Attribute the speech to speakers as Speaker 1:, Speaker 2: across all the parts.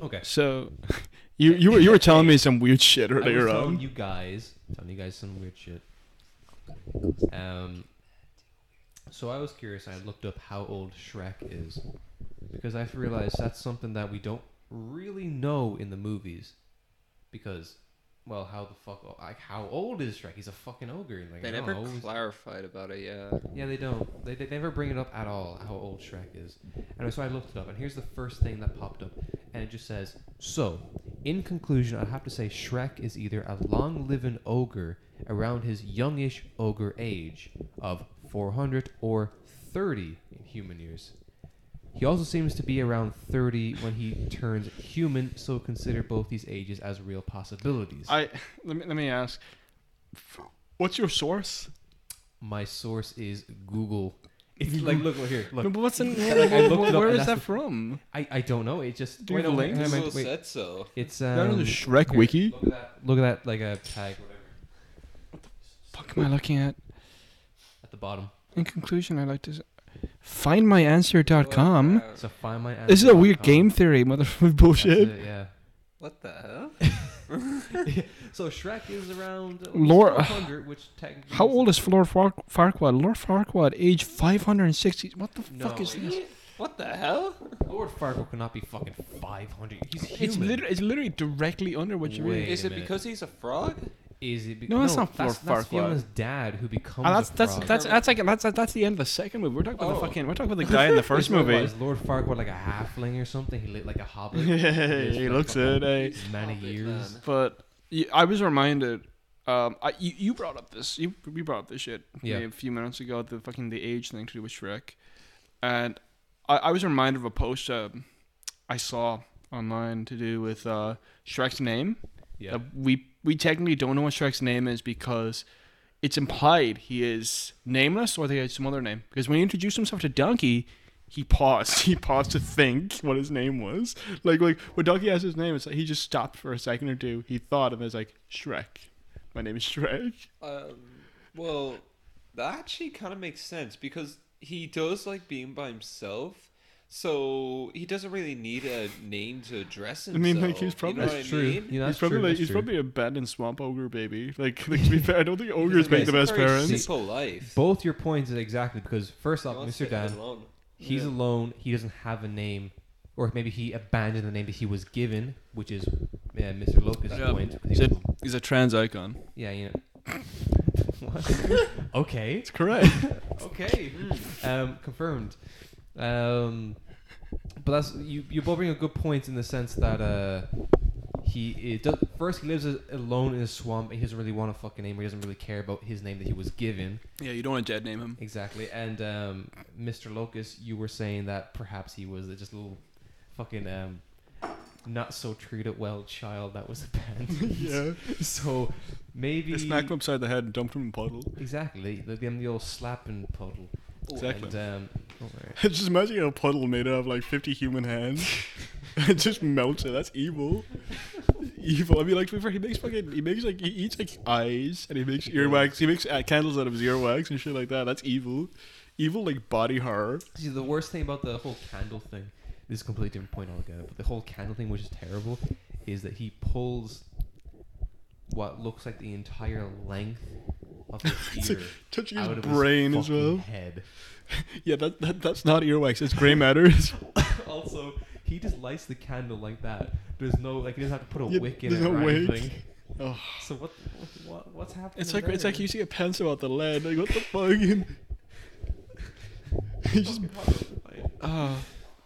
Speaker 1: Okay.
Speaker 2: So, you you were you were telling me some weird shit
Speaker 1: I was
Speaker 2: earlier
Speaker 1: telling
Speaker 2: on.
Speaker 1: you guys, telling you guys some weird shit. Um, so I was curious. I looked up how old Shrek is because I've realized that's something that we don't really know in the movies because, well, how the fuck, like, how old is Shrek? He's a fucking ogre. and, Like,
Speaker 3: They
Speaker 1: I don't
Speaker 3: never
Speaker 1: know. he's-
Speaker 3: clarified about it. Yeah.
Speaker 1: Yeah, they don't. They, they never bring it up at all how old Shrek is. And so I looked it up, and here's the first thing that popped up, and it just says, "So, in conclusion, I'd have to say Shrek is either a long-living ogre around his youngish ogre age of 400 or 30 in human years. He also seems to be around 30 when he turns human, so consider both these ages as real possibilities."
Speaker 2: I let me let me ask. What's your source?
Speaker 1: My source is Google. It's like look look here. Look,
Speaker 2: No, but what's in,
Speaker 1: Like, I looked it up
Speaker 2: where
Speaker 1: and
Speaker 2: is
Speaker 1: that's
Speaker 2: that
Speaker 1: the- Um,
Speaker 2: from?
Speaker 1: I, I don't know. It just
Speaker 2: Do you
Speaker 1: wait,
Speaker 2: have
Speaker 1: no,
Speaker 2: a
Speaker 1: wait,
Speaker 2: link?
Speaker 1: wait,
Speaker 3: Google
Speaker 1: wait, wait.
Speaker 3: said so.
Speaker 1: It's
Speaker 2: That
Speaker 1: um,
Speaker 2: is a Shrek
Speaker 1: here,
Speaker 2: wiki.
Speaker 1: Look at that. Look at that. Like a tag whatever,
Speaker 2: Fuck am I looking at?
Speaker 1: at the bottom.
Speaker 2: In conclusion, I'd like to s- findmyanswer.com.
Speaker 3: What the-
Speaker 1: So find my.
Speaker 2: This is a weird
Speaker 1: answer.com.
Speaker 2: game theory, motherfucker
Speaker 1: uh, That's
Speaker 2: bullshit.
Speaker 1: it, yeah.
Speaker 3: What the hell?
Speaker 1: So Shrek is around
Speaker 2: Lore-
Speaker 1: Lore, 400, which technically
Speaker 2: uh, How old is Lord Far- Farquaad? Lord Farquaad, age 560. What the
Speaker 1: No,
Speaker 2: fuck is
Speaker 1: it
Speaker 2: this?
Speaker 3: What the hell?
Speaker 1: Lord Farquaad cannot be fucking 500. He's human.
Speaker 2: It's literally, it's literally directly under what you
Speaker 1: Wait.
Speaker 2: read.
Speaker 1: Is
Speaker 3: Is
Speaker 1: a it
Speaker 3: it
Speaker 1: minute.
Speaker 3: because
Speaker 1: because
Speaker 3: he's a frog?
Speaker 1: is it? Be-
Speaker 2: No, that's not
Speaker 1: that's,
Speaker 2: Lord
Speaker 1: that's
Speaker 2: Farquaad.
Speaker 1: Fiona's dad who becomes.
Speaker 2: Ah, that's,
Speaker 1: a
Speaker 2: that's,
Speaker 1: frog.
Speaker 2: that's, that's, like, that's, that's the end of the second movie. We're talking about the
Speaker 3: Oh.
Speaker 2: fucking. We're talking about the guy in the first
Speaker 1: That's what it
Speaker 2: movie.
Speaker 1: was. Lord Farquaad like a halfling or something. He lit like a hobbit. He's
Speaker 2: he
Speaker 1: been
Speaker 2: looks
Speaker 1: fucking
Speaker 2: it. eh?
Speaker 1: Many
Speaker 3: Hobbit
Speaker 1: years.
Speaker 3: man.
Speaker 2: But y- I was reminded. Um, I you, you brought up this you we brought up this shit
Speaker 1: Yeah.
Speaker 2: a few minutes ago the fucking the age thing to do with Shrek, and I, I was reminded of a post um I saw online to do with uh, Shrek's name.
Speaker 1: Yeah.
Speaker 2: Uh, we we technically don't know what Shrek's name is because it's implied he is nameless or they had some other name. Because when he introduced himself to Donkey, he paused. He paused to think what his name was. Like like when Donkey asked his name, it's like he just stopped for a second or two. He thought and was like Shrek. My name is Shrek.
Speaker 3: Um, well, that actually kind of makes sense because he does like being by himself, so he doesn't really need a name to address
Speaker 2: I
Speaker 3: himself.
Speaker 2: mean, like, he's probably-
Speaker 3: you know what
Speaker 1: That's
Speaker 3: I
Speaker 1: true.
Speaker 3: mean?
Speaker 1: You know,
Speaker 2: he's
Speaker 1: that's
Speaker 2: probably
Speaker 1: true,
Speaker 2: like,
Speaker 1: that's
Speaker 2: he's
Speaker 1: true.
Speaker 2: probably a bad and swamp ogre baby. Like, like to be fair, I don't think ogres make
Speaker 1: Okay.
Speaker 2: the best
Speaker 3: It's a very
Speaker 2: parents.
Speaker 3: Simple life.
Speaker 1: Both your points is exactly because first
Speaker 3: He
Speaker 1: off,
Speaker 3: wants
Speaker 1: Mr.
Speaker 3: to live
Speaker 1: Dan,
Speaker 3: alone.
Speaker 1: he's
Speaker 2: Yeah.
Speaker 1: alone. He doesn't have a name, or maybe he abandoned the name that he was given, which is uh, Mr. Locust's
Speaker 2: Yeah.
Speaker 1: point. 'cause he
Speaker 2: He's a,
Speaker 1: was-
Speaker 2: he's a trans icon.
Speaker 1: yeah, you know. What? okay.
Speaker 2: It's correct.
Speaker 1: Okay.
Speaker 2: Hmm.
Speaker 1: Um, confirmed. Um, but that's you. You both bring up good points in the sense that uh, he it does, first he lives a- alone in a swamp. And he doesn't really want a fucking name. Or he doesn't really care about his name that he was given.
Speaker 2: yeah, you don't want to dead name him.
Speaker 1: Exactly. And um, Mr. Locust, you were saying that perhaps he was just a little fucking um, not so treated well child that was abandoned.
Speaker 2: yeah.
Speaker 1: so maybe.
Speaker 2: They smacked him upside the head and dumped him in a puddle.
Speaker 1: Exactly. The, the, the old slapping puddle.
Speaker 2: Exactly.
Speaker 1: And, um, oh, right.
Speaker 2: just imagine a puddle made out of like 50 human hands. it just melts it. That's evil. evil. I mean, like, to be fair, he makes fucking, he makes like, he eats like eyes and he makes earwax. He makes uh, candles out of his earwax and shit like that. That's evil. Evil, like, body horror.
Speaker 1: See, the worst thing about the whole candle thing, this is a completely different point altogether, but the whole candle thing, which is terrible, is that he pulls what looks like the entire length of his
Speaker 2: It's
Speaker 1: ear
Speaker 2: like touching
Speaker 1: out
Speaker 2: his
Speaker 1: of
Speaker 2: brain
Speaker 1: his
Speaker 2: as
Speaker 1: fucking
Speaker 2: well.
Speaker 1: head.
Speaker 2: Yeah, that, that that's not earwax. It's gray matter.
Speaker 1: also, he just lights the candle like that. There's no, like, he doesn't have to put a
Speaker 2: Yeah,
Speaker 1: wick in it
Speaker 2: there's no
Speaker 1: or
Speaker 2: wick.
Speaker 1: anything.
Speaker 2: oh.
Speaker 1: So what, what, what's happening
Speaker 2: It's like it's
Speaker 1: there?
Speaker 2: like you see a pencil out the lead. Like, what the fuck? he just, uh,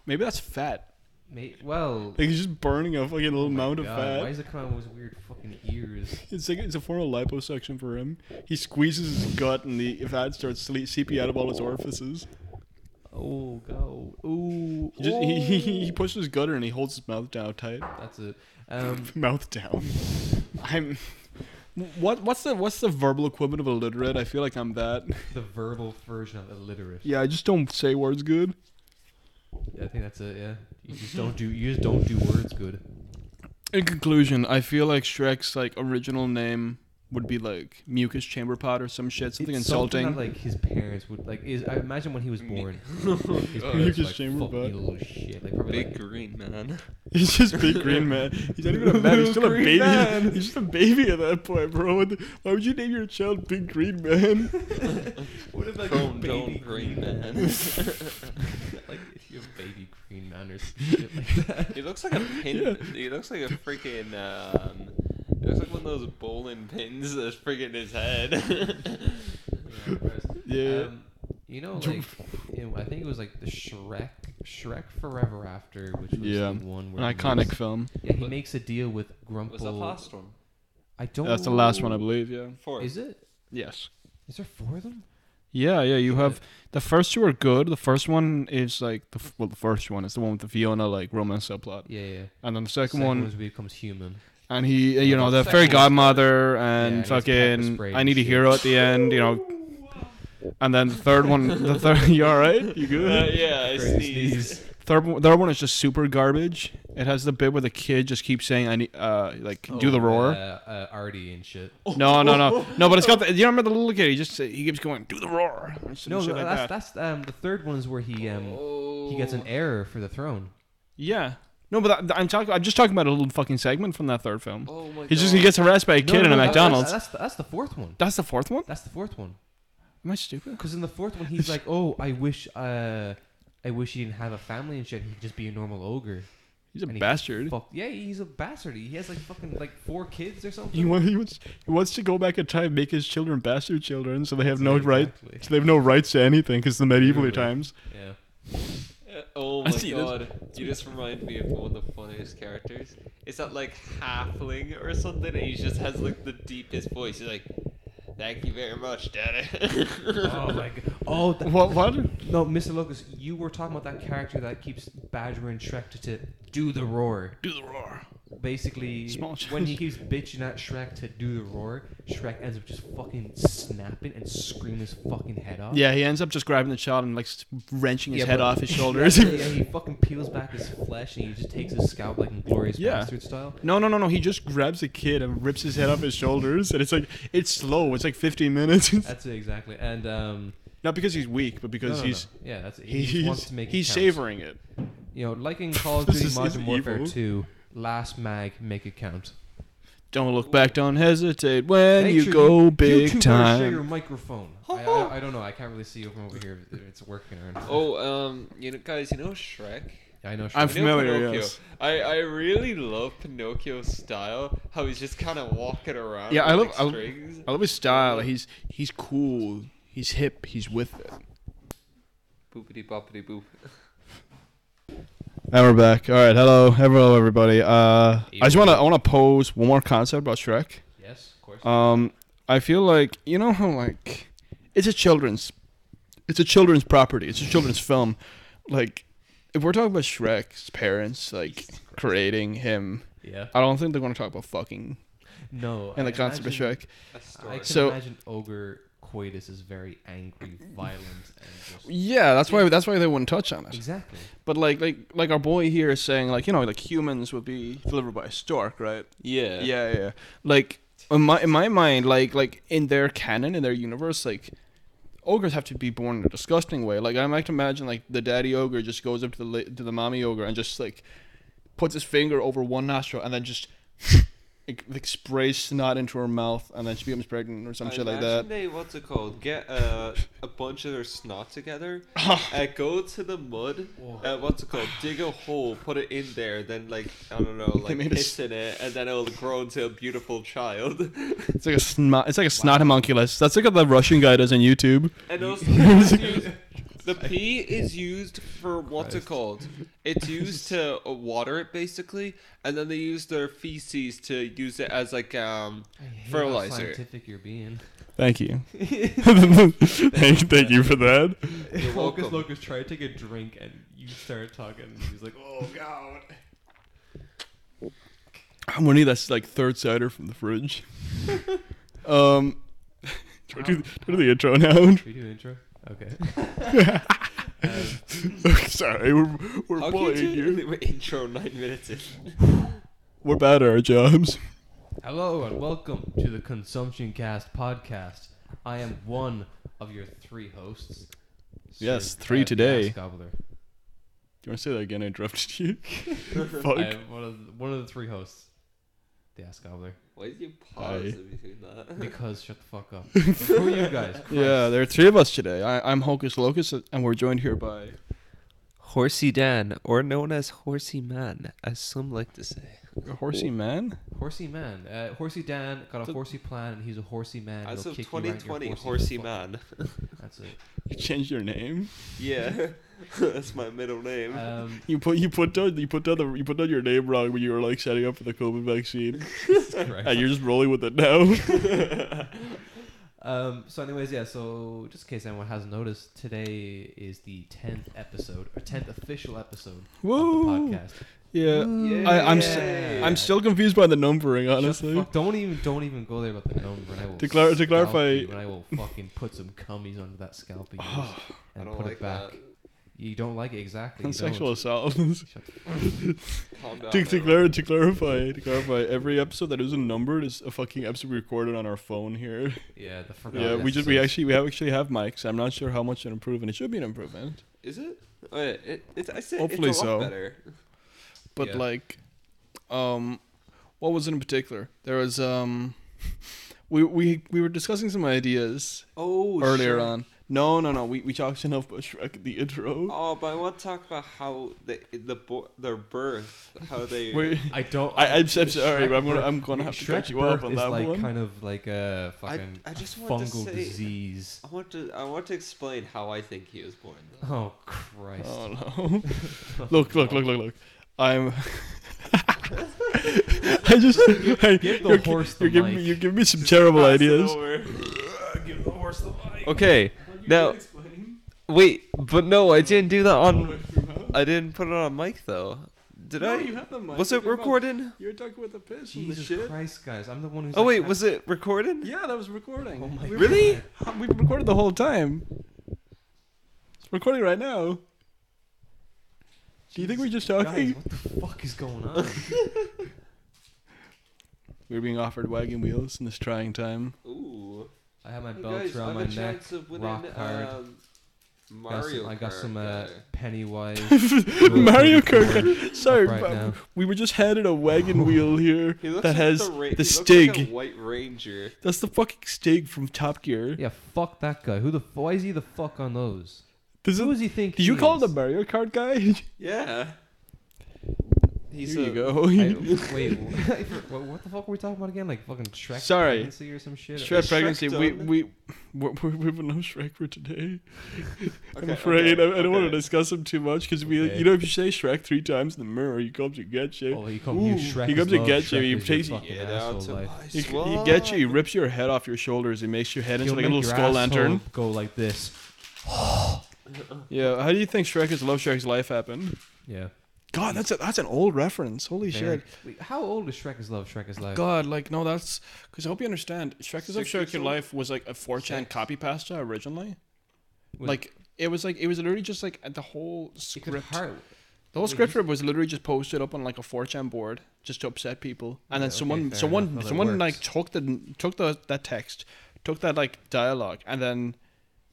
Speaker 2: maybe that's fat.
Speaker 1: Mate, well,
Speaker 2: Like he's just burning a fucking little
Speaker 1: oh my
Speaker 2: mound of
Speaker 1: God,
Speaker 2: fat.
Speaker 1: Why is it coming out with his weird fucking ears?
Speaker 2: it's like it's a form of liposuction for him. He squeezes his gut and the fat starts sle- seeping out of all his orifices.
Speaker 1: Oh, go. Ooh.
Speaker 2: He, just, he, he, he he
Speaker 1: ooh.
Speaker 2: pushes his gutter and he holds his mouth down tight.
Speaker 1: That's it. Um,
Speaker 2: Mouth down. I'm. What what's the what's the verbal equivalent of illiterate? I feel like I'm that.
Speaker 1: the verbal version of illiterate.
Speaker 2: Yeah, I just don't say words good.
Speaker 1: I think that's it. Yeah, you just don't do. You just don't do words good.
Speaker 2: In conclusion, I feel like Shrek's like original name would be like mucus chamber pot or some shit, something
Speaker 1: It's
Speaker 2: insulting.
Speaker 1: that, like his parents would like. Is I imagine when he was
Speaker 3: Me-
Speaker 1: born,
Speaker 3: Oh,
Speaker 1: his
Speaker 3: God.
Speaker 1: parents were
Speaker 2: Mucus
Speaker 1: like,
Speaker 2: chamber
Speaker 1: "Fuck you,
Speaker 2: butt.
Speaker 1: little shit." Like probably
Speaker 3: Big
Speaker 1: like,
Speaker 3: green man.
Speaker 2: He's just big green man. He's not even a man. He's still a
Speaker 3: Green
Speaker 2: baby.
Speaker 3: man.
Speaker 2: He's just a baby at that point, bro. What the- Why would you name your child Big Green Man?
Speaker 1: what if like
Speaker 3: Cone
Speaker 1: baby
Speaker 3: dome green man.
Speaker 1: like if you have baby green man or some shit like that.
Speaker 3: He looks like a pin. He looks like a freaking. Um, he looks like one of those bowling pins that's freaking his head.
Speaker 1: Yeah, whereas,
Speaker 2: Yeah.
Speaker 1: Um, you know, like in, I think it was like the Shrek, Shrek Forever After, which was
Speaker 2: Yeah.
Speaker 1: the one
Speaker 2: An
Speaker 1: where he
Speaker 2: iconic
Speaker 1: makes-
Speaker 2: film.
Speaker 1: yeah, he makes a deal with Grumple.
Speaker 3: Was that last one?
Speaker 1: I don't.
Speaker 2: That's the last one, I believe. Yeah.
Speaker 3: Four.
Speaker 1: Is it?
Speaker 2: Yes.
Speaker 1: Is there four of them?
Speaker 2: Yeah, yeah. You
Speaker 1: Shit.
Speaker 2: have the first two are good. The first one is like the f- well, the first one is the one with the Fiona like romance subplot,
Speaker 1: Yeah, yeah.
Speaker 2: and then the second, one,
Speaker 1: is when he becomes human.
Speaker 2: and he, you
Speaker 3: Yeah,
Speaker 2: know,
Speaker 3: the
Speaker 2: the
Speaker 3: second
Speaker 2: fairy
Speaker 3: one's good.
Speaker 2: godmother
Speaker 1: Yeah,
Speaker 2: and
Speaker 1: he gets pepper
Speaker 2: fucking
Speaker 1: sprayed
Speaker 2: I
Speaker 1: and
Speaker 2: need a
Speaker 1: shit.
Speaker 2: hero at the end, you know, and then the third one, the third, you all right? You good?
Speaker 3: Uh, yeah, I
Speaker 1: Crazy
Speaker 3: sneezed.
Speaker 1: sneeze.
Speaker 2: Third one, third one is just super garbage. It has the bit where the kid just keeps saying, "I need, uh, like, do the
Speaker 1: Oh,
Speaker 2: roar."
Speaker 1: Uh, uh, Artie and shit.
Speaker 2: No, no, no, no. But it's got the. You remember the little kid? He just he keeps going, "Do the roar." or some
Speaker 1: No,
Speaker 2: shit like
Speaker 1: that's
Speaker 2: that.
Speaker 1: that's um, the third one is where he um he gets an
Speaker 3: Oh.
Speaker 1: error for the throne.
Speaker 2: Yeah. No, but that, I'm talking. I'm just talking about a little fucking segment from that third film.
Speaker 3: Oh my god.
Speaker 2: He just he gets harassed by a
Speaker 1: No,
Speaker 2: kid
Speaker 1: no,
Speaker 2: in
Speaker 1: no,
Speaker 2: a
Speaker 1: that- that's-
Speaker 2: McDonald's.
Speaker 1: That's, the, that's the fourth one.
Speaker 2: That's the fourth one.
Speaker 1: That's the fourth one.
Speaker 2: Am I stupid?
Speaker 1: Because in the fourth one, he's like, "Oh, I wish, uh, I wish he didn't have a family and shit. He'd just be a normal ogre."
Speaker 2: He's a
Speaker 1: And he-
Speaker 2: bastard.
Speaker 1: Fuck yeah, he's a bastard. He has like fucking like four kids or something.
Speaker 2: He, wa- he wants he wants to go back in time, make his children bastard children, so they have no right.
Speaker 1: Exactly.
Speaker 2: So they have no rights to anything because the medieval
Speaker 1: Literally.
Speaker 2: times.
Speaker 1: Yeah.
Speaker 3: Uh, Oh
Speaker 2: I
Speaker 3: my
Speaker 2: see this.
Speaker 3: god. You just remind me of one of the funniest characters. Is that like halfling or something? And he just has like the deepest voice. He's like, Thank you very much, Daddy.
Speaker 1: Oh my god. Oh. That,
Speaker 2: What? What?
Speaker 1: No, Mr. Lucas, you were talking about that character that keeps badgering Shrek to, to do the roar.
Speaker 2: Do the roar.
Speaker 1: Basically,
Speaker 2: Small
Speaker 1: when
Speaker 2: change.
Speaker 1: he keeps bitching at Shrek to do the roar, Shrek ends up just fucking snapping and screaming his fucking head off.
Speaker 2: Yeah, he ends up just grabbing the child and like s- wrenching his
Speaker 1: Yeah,
Speaker 2: head
Speaker 1: but-
Speaker 2: off his shoulders.
Speaker 1: yeah, he fucking peels back his flesh and he just takes his scalp like Inglorious
Speaker 2: Yeah.
Speaker 1: Bastard style.
Speaker 2: No, no, no, no. He just grabs a kid and rips his head off his shoulders, and it's like it's slow. It's like 15 minutes.
Speaker 1: That's it exactly. And um,
Speaker 2: Not because he's weak, but because
Speaker 1: no, no,
Speaker 2: he's
Speaker 1: no. yeah, that's it. he
Speaker 2: he's
Speaker 1: just wants to make it
Speaker 2: he's
Speaker 1: count.
Speaker 2: savoring it.
Speaker 1: You know, like in Call of
Speaker 2: This
Speaker 1: Duty
Speaker 2: is-
Speaker 1: Modern
Speaker 2: is
Speaker 1: Warfare
Speaker 2: evil.
Speaker 1: 2, last mag, make it count.
Speaker 2: Don't look back, don't hesitate when
Speaker 1: Make
Speaker 2: you
Speaker 1: sure
Speaker 2: go
Speaker 1: you two
Speaker 2: big
Speaker 1: better Share your
Speaker 2: time.
Speaker 1: microphone. I, I, I don't know. I can't really see from over here if it's working or not.
Speaker 3: Oh, um, you know, guys, you know Shrek?
Speaker 1: I know.
Speaker 2: I'm
Speaker 1: Shrek.
Speaker 3: You know
Speaker 2: familiar,
Speaker 3: Pinocchio.
Speaker 2: yes.
Speaker 3: I, I really love Pinocchio's style, how he's just kind of walking around.
Speaker 2: Yeah, I
Speaker 3: with,
Speaker 2: love-
Speaker 3: like,
Speaker 2: I-
Speaker 3: strings.
Speaker 2: I love his style. He's he's cool. He's hip. He's with it.
Speaker 3: Boopity boppity boop.
Speaker 2: And we're back. All right, hello, hello, everybody. Uh, I just wanna I wanna pose one more concept about Shrek.
Speaker 1: Yes, of course.
Speaker 2: Um, I feel like you know how like it's a children's, it's a children's property. It's a children's film. Like if we're talking about Shrek's parents, like creating him,
Speaker 1: yeah.
Speaker 2: I don't think they're gonna talk about fucking
Speaker 1: No.
Speaker 2: and the
Speaker 1: I
Speaker 2: concept of
Speaker 1: imagine-
Speaker 2: Shrek.
Speaker 3: A
Speaker 1: I
Speaker 3: story.
Speaker 1: can
Speaker 2: So-
Speaker 1: imagine ogre coitus is very angry, violent, and just
Speaker 2: Yeah, that's why that's why they wouldn't touch on it.
Speaker 1: exactly.
Speaker 2: But like like like our boy here is saying like you know like humans would be delivered by a stork, right?
Speaker 3: Yeah.
Speaker 2: yeah, yeah. Like in my in my mind, like like in their canon, in their universe, like ogres have to be born in a disgusting way. Like I like to imagine, like the daddy ogre just goes up to the la- to the mommy ogre and just like puts his finger over one nostril and then just like, like sprays snot into her mouth and then she becomes pregnant or some
Speaker 3: I
Speaker 2: shit like that.
Speaker 3: imagine They what's it called? Get uh, a bunch of their snot together, uh, go to the mud. Uh, what's it called? Dig a hole, put it in there, then like I don't know, like
Speaker 2: made a
Speaker 3: piss in it, and then it'll grow into a beautiful child.
Speaker 2: It's like a snot. It's like a snot homunculus. That's like what the Russian guy does on YouTube.
Speaker 3: and also, it's used- the pee is used for what's it called? It's used to uh, water it basically, and then they use their feces to use it as like um
Speaker 1: I hate how
Speaker 3: fertilizer.
Speaker 1: scientific you're being.
Speaker 2: Thank you. thank, thank you for that.
Speaker 3: You're welcome.
Speaker 1: Locus tried to take a drink and you started talking. And he's like, "Oh God."
Speaker 2: I'm gonna need that's like third cider from the fridge. um, do I do, do, I do the intro now?
Speaker 1: Should we do intro? Okay.
Speaker 2: Sorry, we're we're
Speaker 3: How can you
Speaker 2: bullying
Speaker 3: do
Speaker 2: you.
Speaker 3: an intro nine minutes in?
Speaker 2: We're bad at our jobs.
Speaker 1: Hello and welcome to the Consumption Cast podcast. I am one of your three hosts. Sir
Speaker 2: Yes, three
Speaker 1: Brad
Speaker 2: today.
Speaker 1: Bass Gobbler.
Speaker 2: Do you want to say that again? I interrupted you.
Speaker 1: I
Speaker 2: Fuck.
Speaker 1: am one of the, one of the three hosts. The Ass Gobbler.
Speaker 3: Why did you pause
Speaker 2: Aye.
Speaker 3: in between that?
Speaker 1: Because shut the fuck up. Who are you guys?
Speaker 2: Yeah,
Speaker 1: Christ.
Speaker 2: there are three of us today. I, I'm Hocus Locus, and we're joined here by.
Speaker 3: Horsey Dan, or known as Horsey Man, as some like to say.
Speaker 2: Horsey man?
Speaker 1: Horsey man. Uh, horsey Dan got a
Speaker 2: So-
Speaker 1: horsey plan and he's a horsey man.
Speaker 3: As
Speaker 1: He'll
Speaker 3: of
Speaker 1: kick you right in your
Speaker 3: 2020,
Speaker 1: horsey
Speaker 3: Horsey
Speaker 1: butt.
Speaker 3: Man.
Speaker 1: That's it.
Speaker 2: You changed your name.
Speaker 3: Yeah, that's my middle name.
Speaker 1: Um,
Speaker 2: You put you put down you put down the, you put down your name wrong when you were like setting up for the COVID vaccine,
Speaker 1: correct.
Speaker 2: and you're just rolling with it now.
Speaker 1: Um, so, anyways, yeah. So, just in case anyone hasn't noticed, today is the tenth episode, or tenth official episode
Speaker 2: Woo.
Speaker 1: of the podcast.
Speaker 2: Yeah,
Speaker 3: Yeah.
Speaker 2: I, I'm
Speaker 1: Yeah.
Speaker 2: st- I'm still confused by the numbering, honestly.
Speaker 1: Fuck, don't even, don't even go there about the number. And I will
Speaker 2: To clar- to
Speaker 1: scalp
Speaker 2: clarify-
Speaker 1: you, and I will fucking put some cummies under that scalp of yours
Speaker 3: I
Speaker 1: and
Speaker 3: don't
Speaker 1: put
Speaker 3: like
Speaker 1: it back.
Speaker 3: that.
Speaker 1: You don't like it exactly.
Speaker 2: And
Speaker 1: you don't. Oh,
Speaker 2: sexual assault. to,
Speaker 1: Shut the
Speaker 3: Calm down.
Speaker 2: to,
Speaker 3: everyone.
Speaker 2: clar- to clarify, to clarify, every episode that isn't numbered is a fucking episode we recorded on our phone here.
Speaker 1: Yeah, the forgotten
Speaker 2: Yeah, we just we
Speaker 1: episodes.
Speaker 2: actually we have actually have mics. I'm not sure how much an improvement. It should be an improvement,
Speaker 3: Is it? Oh, yeah, it, it's, I said
Speaker 2: Hopefully
Speaker 3: it's a
Speaker 2: so.
Speaker 3: lot better.
Speaker 2: but
Speaker 1: Yeah.
Speaker 2: like, um, what was it in particular? There was um, we we we were discussing some ideas
Speaker 3: Oh,
Speaker 2: earlier
Speaker 3: Shrek.
Speaker 2: on. No, no, no. We we talked enough about Shrek in the intro.
Speaker 3: Oh, but I want to talk about how the the bo- their birth, how they.
Speaker 2: Wait,
Speaker 1: I don't.
Speaker 2: I, I'm, so sorry,
Speaker 1: Shrek
Speaker 2: but I'm gonna
Speaker 1: birth-
Speaker 2: I'm gonna have to
Speaker 1: Shrek
Speaker 2: catch you up
Speaker 1: birth
Speaker 2: on
Speaker 1: is
Speaker 2: that
Speaker 1: like
Speaker 2: one.
Speaker 1: kind of like a
Speaker 3: I,
Speaker 1: fucking
Speaker 3: I just want
Speaker 1: fungal
Speaker 3: to say.
Speaker 1: disease.
Speaker 3: I want to I want to explain how I think he was born.
Speaker 1: Oh Christ!
Speaker 2: Oh no! look, look, look, look, look! I'm. I just hey,
Speaker 1: give the
Speaker 2: you're,
Speaker 1: horse the
Speaker 2: you're giving me
Speaker 1: mic.
Speaker 2: you're giving me some terrible ideas.
Speaker 1: Give the horse the mic.
Speaker 3: Okay, now wait, but no, I didn't do that on. I didn't put it on mic though. Did I?
Speaker 2: have the mic.
Speaker 3: was it recording?
Speaker 2: You're talking with the piss
Speaker 1: Jesus Christ, guys! I'm the one who's.
Speaker 3: Oh
Speaker 1: like,
Speaker 3: wait,
Speaker 1: I-
Speaker 3: was it recording?
Speaker 2: Yeah, that was recording.
Speaker 1: Oh my
Speaker 2: We-
Speaker 3: Really?
Speaker 2: We recorded the whole time. It's recording right now. Do you think we're just
Speaker 1: Guys,
Speaker 2: talking?
Speaker 1: what the fuck is going on?
Speaker 2: We're being offered wagon wheels in this trying time.
Speaker 3: Ooh.
Speaker 1: I have my
Speaker 3: Hey,
Speaker 1: belt
Speaker 3: guys,
Speaker 1: around
Speaker 3: I'm
Speaker 1: my
Speaker 3: a
Speaker 1: neck.
Speaker 3: chance of winning,
Speaker 1: rock hard. Got
Speaker 3: um,
Speaker 1: some-
Speaker 3: Mario
Speaker 1: I got
Speaker 3: Kart
Speaker 1: some uh,
Speaker 3: together.
Speaker 1: Pennywise.
Speaker 2: Mario Kart. Sorry,
Speaker 1: Up right
Speaker 2: but
Speaker 1: now.
Speaker 2: we were just handed a wagon wheel here
Speaker 3: He looks
Speaker 2: that
Speaker 3: like
Speaker 2: has
Speaker 3: the, ra-
Speaker 2: the,
Speaker 3: he looks
Speaker 2: Stig.
Speaker 3: Like a White Ranger.
Speaker 2: That's the fucking Stig from Top Gear.
Speaker 1: yeah, fuck that guy. Who the? f- Why is he the fuck on those?
Speaker 2: Does
Speaker 1: Who
Speaker 2: it,
Speaker 1: does he think?
Speaker 2: did you
Speaker 1: he
Speaker 2: call
Speaker 1: is?
Speaker 2: him the Mario Kart guy?
Speaker 3: Yeah. He's
Speaker 2: Here you
Speaker 3: a-
Speaker 2: go.
Speaker 1: I, wait, what, what the fuck were we talking about again? Like fucking Shrek
Speaker 2: Sorry.
Speaker 1: pregnancy or some shit?
Speaker 2: Shrek
Speaker 3: Shrek
Speaker 2: pregnancy. we
Speaker 3: done?
Speaker 2: we we we we have enough Shrek for today. I'm
Speaker 3: Okay,
Speaker 2: afraid
Speaker 3: okay,
Speaker 2: I, I don't want
Speaker 3: okay.
Speaker 2: to discuss him too much because we
Speaker 1: Okay.
Speaker 2: you know if you say Shrek three times in the mirror he comes and gets you.
Speaker 1: Oh, he comes. You
Speaker 2: Ooh.
Speaker 1: Shrek.
Speaker 2: He
Speaker 1: is
Speaker 2: comes and
Speaker 1: love,
Speaker 2: gets you,
Speaker 1: Shrek
Speaker 2: he
Speaker 1: is your
Speaker 2: takes you-
Speaker 1: fucking
Speaker 3: Get
Speaker 1: asshole
Speaker 3: out of
Speaker 1: life.
Speaker 3: my
Speaker 2: He, he
Speaker 3: swamp.
Speaker 2: gets you. He rips your head off your shoulders. He makes your head into
Speaker 1: He'll
Speaker 2: like a
Speaker 1: make
Speaker 2: little
Speaker 1: your
Speaker 2: skull lantern.
Speaker 1: asshole Go like this.
Speaker 2: Yeah. How do you think Shrek is Love Shrek's life happened?
Speaker 1: Yeah.
Speaker 2: God, that's a, that's an old reference. Holy
Speaker 1: Very-
Speaker 2: shit.
Speaker 1: Wait, how old is Shrek is Love? Shrek is Life.
Speaker 2: God, like no, that's because I hope you understand. Shrek is Love
Speaker 3: Six
Speaker 2: Shrek
Speaker 3: years
Speaker 2: Your
Speaker 3: old?
Speaker 2: Life was like a 4chan copy pasta originally.
Speaker 1: Was-
Speaker 2: like it was like it was literally just like the whole
Speaker 1: It could
Speaker 2: script.
Speaker 1: hard-
Speaker 2: The whole
Speaker 1: Wait,
Speaker 2: script was literally just posted up on like a 4chan board just to upset people,
Speaker 1: Yeah,
Speaker 2: and then
Speaker 1: okay,
Speaker 2: someone,
Speaker 1: fair
Speaker 2: someone,
Speaker 1: enough. Well, that
Speaker 2: someone
Speaker 1: works.
Speaker 2: like took the took the that text, took that like dialogue, and then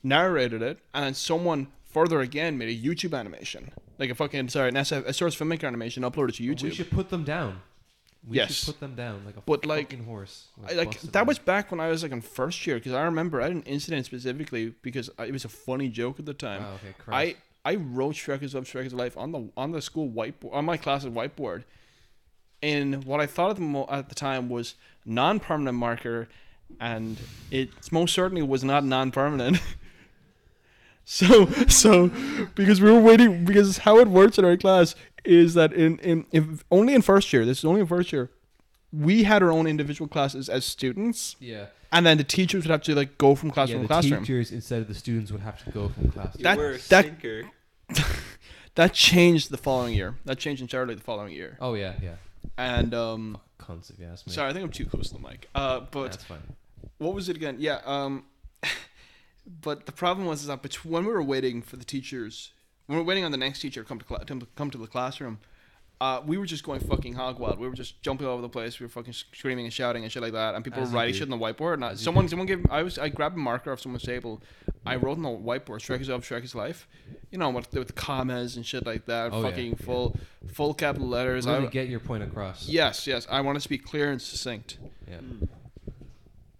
Speaker 2: narrated it, and then someone further again made a YouTube animation, like a fucking sorry, an SF, a source filmmaker animation uploaded to
Speaker 1: We
Speaker 2: YouTube.
Speaker 1: should put them down. We
Speaker 2: Yes.
Speaker 1: should put them down like a
Speaker 2: But, like,
Speaker 1: fucking horse. We'll
Speaker 2: I, like
Speaker 1: bust it
Speaker 2: that
Speaker 1: down.
Speaker 2: was back when I was like in first year because I remember I had an incident specifically because I, it was a funny joke at the time.
Speaker 1: Wow, okay,
Speaker 2: I
Speaker 1: Christ.
Speaker 2: I wrote Shrek is Up, Shrek is Life on the on the school whiteboard on my class's whiteboard, and what I thought at the mo- at the time was non permanent marker, and it most certainly was not non permanent. so so because we were waiting because how it works in our class is that in in if only in first year this is only in first year. We had our own individual classes as students,
Speaker 1: yeah.
Speaker 2: and then the teachers would have to like go from classroom
Speaker 1: yeah,
Speaker 2: to
Speaker 1: the
Speaker 2: classroom.
Speaker 1: teachers instead of the students would have to go from class. to
Speaker 3: You
Speaker 2: That-
Speaker 3: were a
Speaker 2: that-
Speaker 3: stinker.
Speaker 2: That changed the following year. That changed entirely the following year.
Speaker 1: Oh yeah, yeah.
Speaker 2: And um,
Speaker 1: Cunts if you ask me.
Speaker 2: sorry, I think I'm too close to the mic. Uh, but
Speaker 1: That's fine.
Speaker 2: what was it again? Yeah. Um, but the problem was is that between, when we were waiting for the teachers, when we were waiting on the next teacher to come to cla- to come to the classroom, uh, we were just going fucking hog wild. We were just jumping all over the place. We were fucking screaming and shouting and shit like that. And people
Speaker 1: As
Speaker 2: were
Speaker 1: you
Speaker 2: writing
Speaker 1: do.
Speaker 2: shit on the whiteboard. And I,
Speaker 1: As you
Speaker 2: someone,
Speaker 1: do.
Speaker 2: someone gave. I was. I grabbed a marker off someone's table. I wrote on the whiteboard, "Shrek is up, Shrek is life." You know, with, with commas and shit like that.
Speaker 1: Oh, yeah,
Speaker 2: fucking
Speaker 1: yeah.
Speaker 2: full, full capital letters.
Speaker 1: Really
Speaker 2: I,
Speaker 1: get your point across.
Speaker 2: yes, yes. I wanted to be clear and succinct.
Speaker 1: Yeah.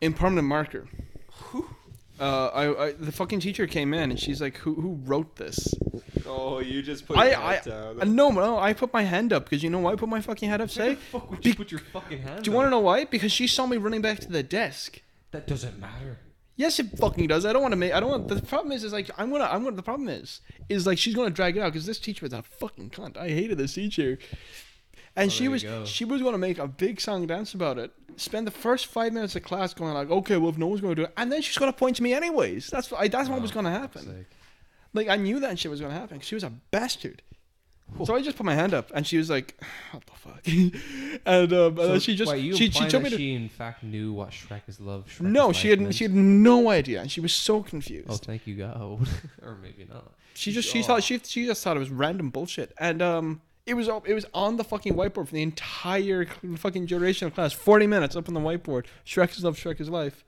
Speaker 2: In permanent marker. Uh, I, I the fucking teacher came in and she's like, "Who who wrote this?"
Speaker 3: Oh, you just put
Speaker 2: I,
Speaker 3: your
Speaker 2: I, uh,
Speaker 3: head down.
Speaker 2: no, no, I put my hand up because you know why I put my fucking head up,
Speaker 1: Where
Speaker 2: say?
Speaker 1: the fuck would
Speaker 2: Be-
Speaker 1: you put your fucking hand?
Speaker 2: Do you want to know why? Because she saw me running back to the desk.
Speaker 1: That doesn't matter.
Speaker 2: Yes, it fucking does. I don't want to make. I don't want. The problem is, is like I'm gonna. I'm gonna. The problem is, is like she's gonna drag it out because this teacher was a fucking cunt. I hated this teacher, and
Speaker 1: Well, Oh, there
Speaker 2: she
Speaker 1: you
Speaker 2: was.
Speaker 1: go.
Speaker 2: She was gonna make a big song and dance about it. Spend the first five minutes of class going like, okay, well if no one's gonna do it, and then she's gonna point to me anyways. That's what I, that's what
Speaker 1: Oh,
Speaker 2: was gonna
Speaker 1: for fuck's
Speaker 2: happen.
Speaker 1: sake.
Speaker 2: Like I knew that shit was gonna happen. 'cause She was a bastard. So I just put my hand up, and she was like, "What the fuck?" and, um, and
Speaker 1: So,
Speaker 2: then she just
Speaker 1: wait, you
Speaker 2: she she
Speaker 1: implying
Speaker 2: told me
Speaker 1: that
Speaker 2: to.
Speaker 1: she in fact knew what Shrek is love. Shrek
Speaker 2: no,
Speaker 1: is
Speaker 2: she
Speaker 1: life
Speaker 2: had
Speaker 1: meant?
Speaker 2: she had no idea, and she was so confused.
Speaker 1: Oh, thank you, God. or maybe not.
Speaker 2: she just she thought she she just thought it was random bullshit, and um, it was all- it was on the fucking whiteboard for the entire fucking duration of class, forty minutes up on the whiteboard. Shrek is love, Shrek is life.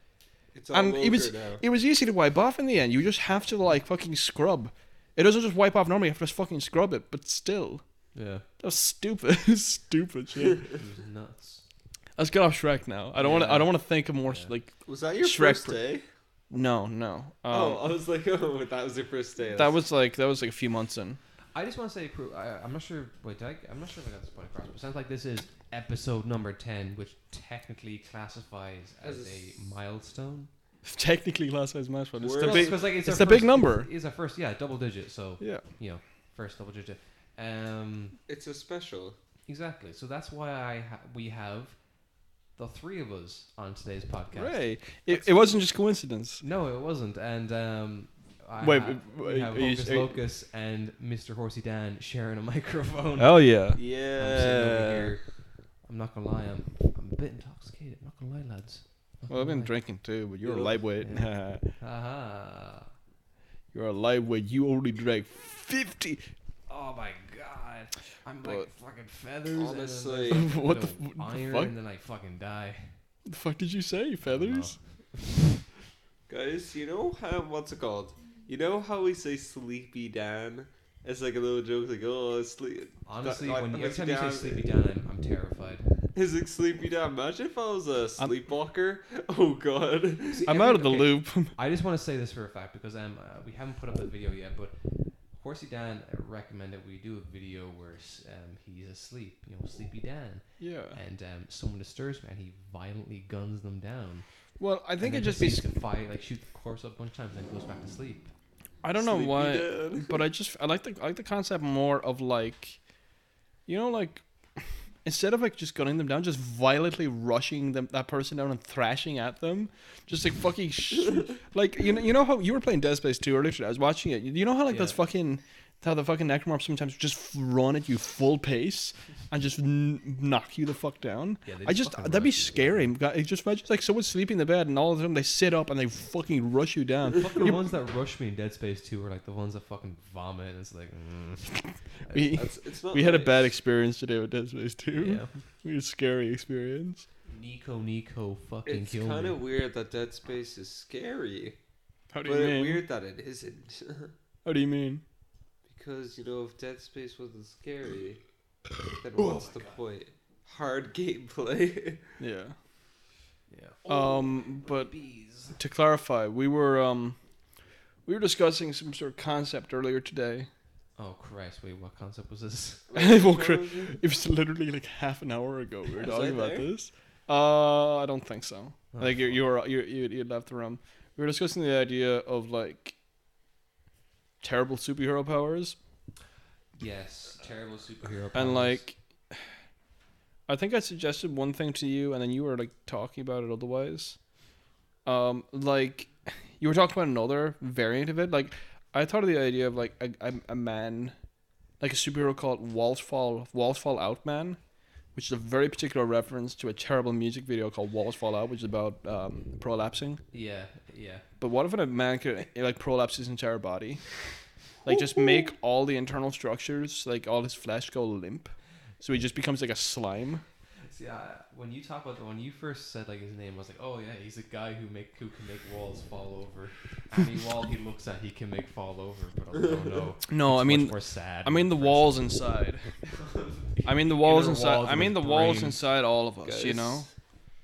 Speaker 3: it's
Speaker 2: and it was
Speaker 3: vulgar now.
Speaker 2: it was easy to wipe off in the end. You just have to like fucking scrub. It doesn't just wipe off normally. You have to just fucking scrub it, but still.
Speaker 1: Yeah,
Speaker 2: That was stupid. stupid shit.
Speaker 1: it was nuts.
Speaker 2: Let's get off Shrek now. I don't want to. I don't want to think of more s
Speaker 1: Yeah.
Speaker 2: like.
Speaker 3: Was that your
Speaker 2: Shrek
Speaker 3: first
Speaker 2: pr-
Speaker 3: day?
Speaker 2: No, no. Um,
Speaker 3: oh, I was like, oh, that was your first day.
Speaker 2: that was like that was like a few months in.
Speaker 1: I just want to say, pro- I, I'm not sure. Wait, did I, I'm not sure if I got this point across. But it sounds like this is episode number ten, which technically classifies as,
Speaker 3: As a s-
Speaker 1: a milestone.
Speaker 2: Technically, last size match, but it's
Speaker 3: Word.
Speaker 2: the
Speaker 3: Well,
Speaker 2: big.
Speaker 1: because like it's,
Speaker 2: it's
Speaker 1: our
Speaker 2: the big
Speaker 1: first-
Speaker 2: number.
Speaker 1: It's our first, yeah, double digit. So
Speaker 2: Yeah.
Speaker 1: you know, first double digit. Um,
Speaker 3: It's a special.
Speaker 1: exactly. So that's why I ha- we have the three of us on today's podcast.
Speaker 2: Right. It, it wasn't just coincidence.
Speaker 1: No, it wasn't. And um, I
Speaker 2: Wait,
Speaker 1: ha-
Speaker 2: wait,
Speaker 1: we have
Speaker 2: are you-
Speaker 1: Hocus
Speaker 2: are you-
Speaker 1: Locus and Mr. Horsey Dan sharing a microphone.
Speaker 2: Hell yeah.
Speaker 1: I'm, sitting over
Speaker 3: Yeah.
Speaker 1: here. I'm not gonna lie, I'm I'm a bit intoxicated. Not gonna lie, lads. Not
Speaker 2: Well, I've
Speaker 1: gonna
Speaker 2: been
Speaker 1: lie.
Speaker 2: drinking too, but you're a
Speaker 3: Yeah.
Speaker 2: lightweight.
Speaker 1: Aha.
Speaker 2: you're a lightweight. You only drank fifty.
Speaker 1: Oh my god. I'm like
Speaker 2: But-
Speaker 1: fucking feathers.
Speaker 3: Honestly-
Speaker 1: and then there's a
Speaker 2: What the
Speaker 1: bit
Speaker 2: f-
Speaker 1: of
Speaker 2: what the
Speaker 1: iron,
Speaker 2: fuck?
Speaker 1: and then I fucking die.
Speaker 2: The fuck did you say, feathers?
Speaker 3: Guys, you know how what's it called? You know how we say sleepy Dan? It's like a little joke, like oh sleep.
Speaker 1: Honestly,
Speaker 3: Like,
Speaker 1: when
Speaker 3: I'm
Speaker 1: every time you say
Speaker 3: down-
Speaker 1: Sleepy Dan, I'm, I'm terrified.
Speaker 3: Is it sleepy Dan? Imagine if I was a sleepwalker. Oh god.
Speaker 1: See,
Speaker 2: I'm
Speaker 1: every-
Speaker 2: out of the
Speaker 1: okay,
Speaker 2: loop.
Speaker 1: I just want to say this for a fact because um, uh, we haven't put up a video yet, but Horsey Dan recommended we do a video where s- um, he's asleep, you know, Sleepy Dan,
Speaker 2: yeah.
Speaker 1: and um, someone disturbs him and he violently guns them down.
Speaker 2: Well, I
Speaker 1: and
Speaker 2: think it
Speaker 1: then
Speaker 2: just be.
Speaker 1: proceeds to fight, like shoot the corpse up a bunch of times, and then goes back to sleep.
Speaker 2: I don't know
Speaker 3: Sleepy
Speaker 2: why.
Speaker 3: Dan.
Speaker 2: but I just I like the I like the concept more of like, you know, like instead of like just gunning them down, just violently rushing them that person down and thrashing at them, just like fucking sh- like you know you know how you were playing Dead Space two earlier today. I was watching it. You know how like those
Speaker 1: Yeah.
Speaker 2: fucking how the fucking necromorphs sometimes just run at you full pace and just n- knock you the fuck down.
Speaker 1: Yeah, they
Speaker 2: I
Speaker 1: just
Speaker 2: just
Speaker 1: fucking
Speaker 2: that'd be
Speaker 1: rush you.
Speaker 2: scary. God, it Just imagine like someone's sleeping in the bed and all of a sudden they sit up and they fucking rush you down.
Speaker 1: Fucking the ones that rush me in Dead Space 2 were like the ones that fucking vomit. And it's like, mm.
Speaker 2: We-
Speaker 3: That's, it's not
Speaker 2: We had a
Speaker 3: nice.
Speaker 2: bad experience today with Dead Space 2.
Speaker 1: yeah.
Speaker 2: It was a scary experience.
Speaker 1: Nico, Nico, fucking
Speaker 3: It's
Speaker 1: kill
Speaker 3: kind
Speaker 1: me.
Speaker 3: of weird that Dead Space is scary,
Speaker 2: How
Speaker 3: but
Speaker 2: do you mean?
Speaker 3: it's weird that it isn't.
Speaker 2: How do you mean?
Speaker 3: because you know, if Dead Space wasn't scary, then what's the point? Hard gameplay.
Speaker 2: Yeah.
Speaker 1: yeah.
Speaker 2: Um, but
Speaker 1: bees.
Speaker 2: to clarify, we were um, we were discussing some sort of concept earlier today.
Speaker 1: Oh, Christ. Wait, what concept was this?
Speaker 2: Well,
Speaker 3: What
Speaker 2: cri-
Speaker 3: was it?
Speaker 2: It was literally like half an hour ago we were
Speaker 3: Was
Speaker 2: talking
Speaker 3: I
Speaker 2: about
Speaker 3: there?
Speaker 2: this. Uh, I don't think so.
Speaker 1: Oh,
Speaker 2: like you, you were you you you left the room. We were discussing the idea of like terrible superhero powers
Speaker 1: Yes, terrible Uh, superhero.
Speaker 2: and
Speaker 1: powers.
Speaker 2: like i think i suggested one thing to you and then you were like talking about it otherwise um like you were talking about another variant of it like i thought of the idea of like a, a, a man like a superhero called walls fall walls fall out man which is a very particular reference to a terrible music video called walls fall out which is about um, prolapsing
Speaker 1: yeah, yeah.
Speaker 2: but what if a man could like prolapse his entire body like just make all the internal structures like all his flesh go limp So he just becomes like a slime.
Speaker 1: See, I, when you talk about the when you first said like his name, I was like, oh yeah, he's a guy who make who can make walls fall over. Any wall he looks at, he can make fall over. But I was like, oh no.
Speaker 2: No,
Speaker 1: it's
Speaker 2: I
Speaker 1: much
Speaker 2: mean,
Speaker 1: more sad.
Speaker 2: I mean the walls inside. I mean the walls
Speaker 1: Inner
Speaker 2: inside.
Speaker 1: walls
Speaker 2: I
Speaker 1: of
Speaker 2: mean the
Speaker 1: his
Speaker 2: walls
Speaker 1: brain.
Speaker 2: inside all of us. You know.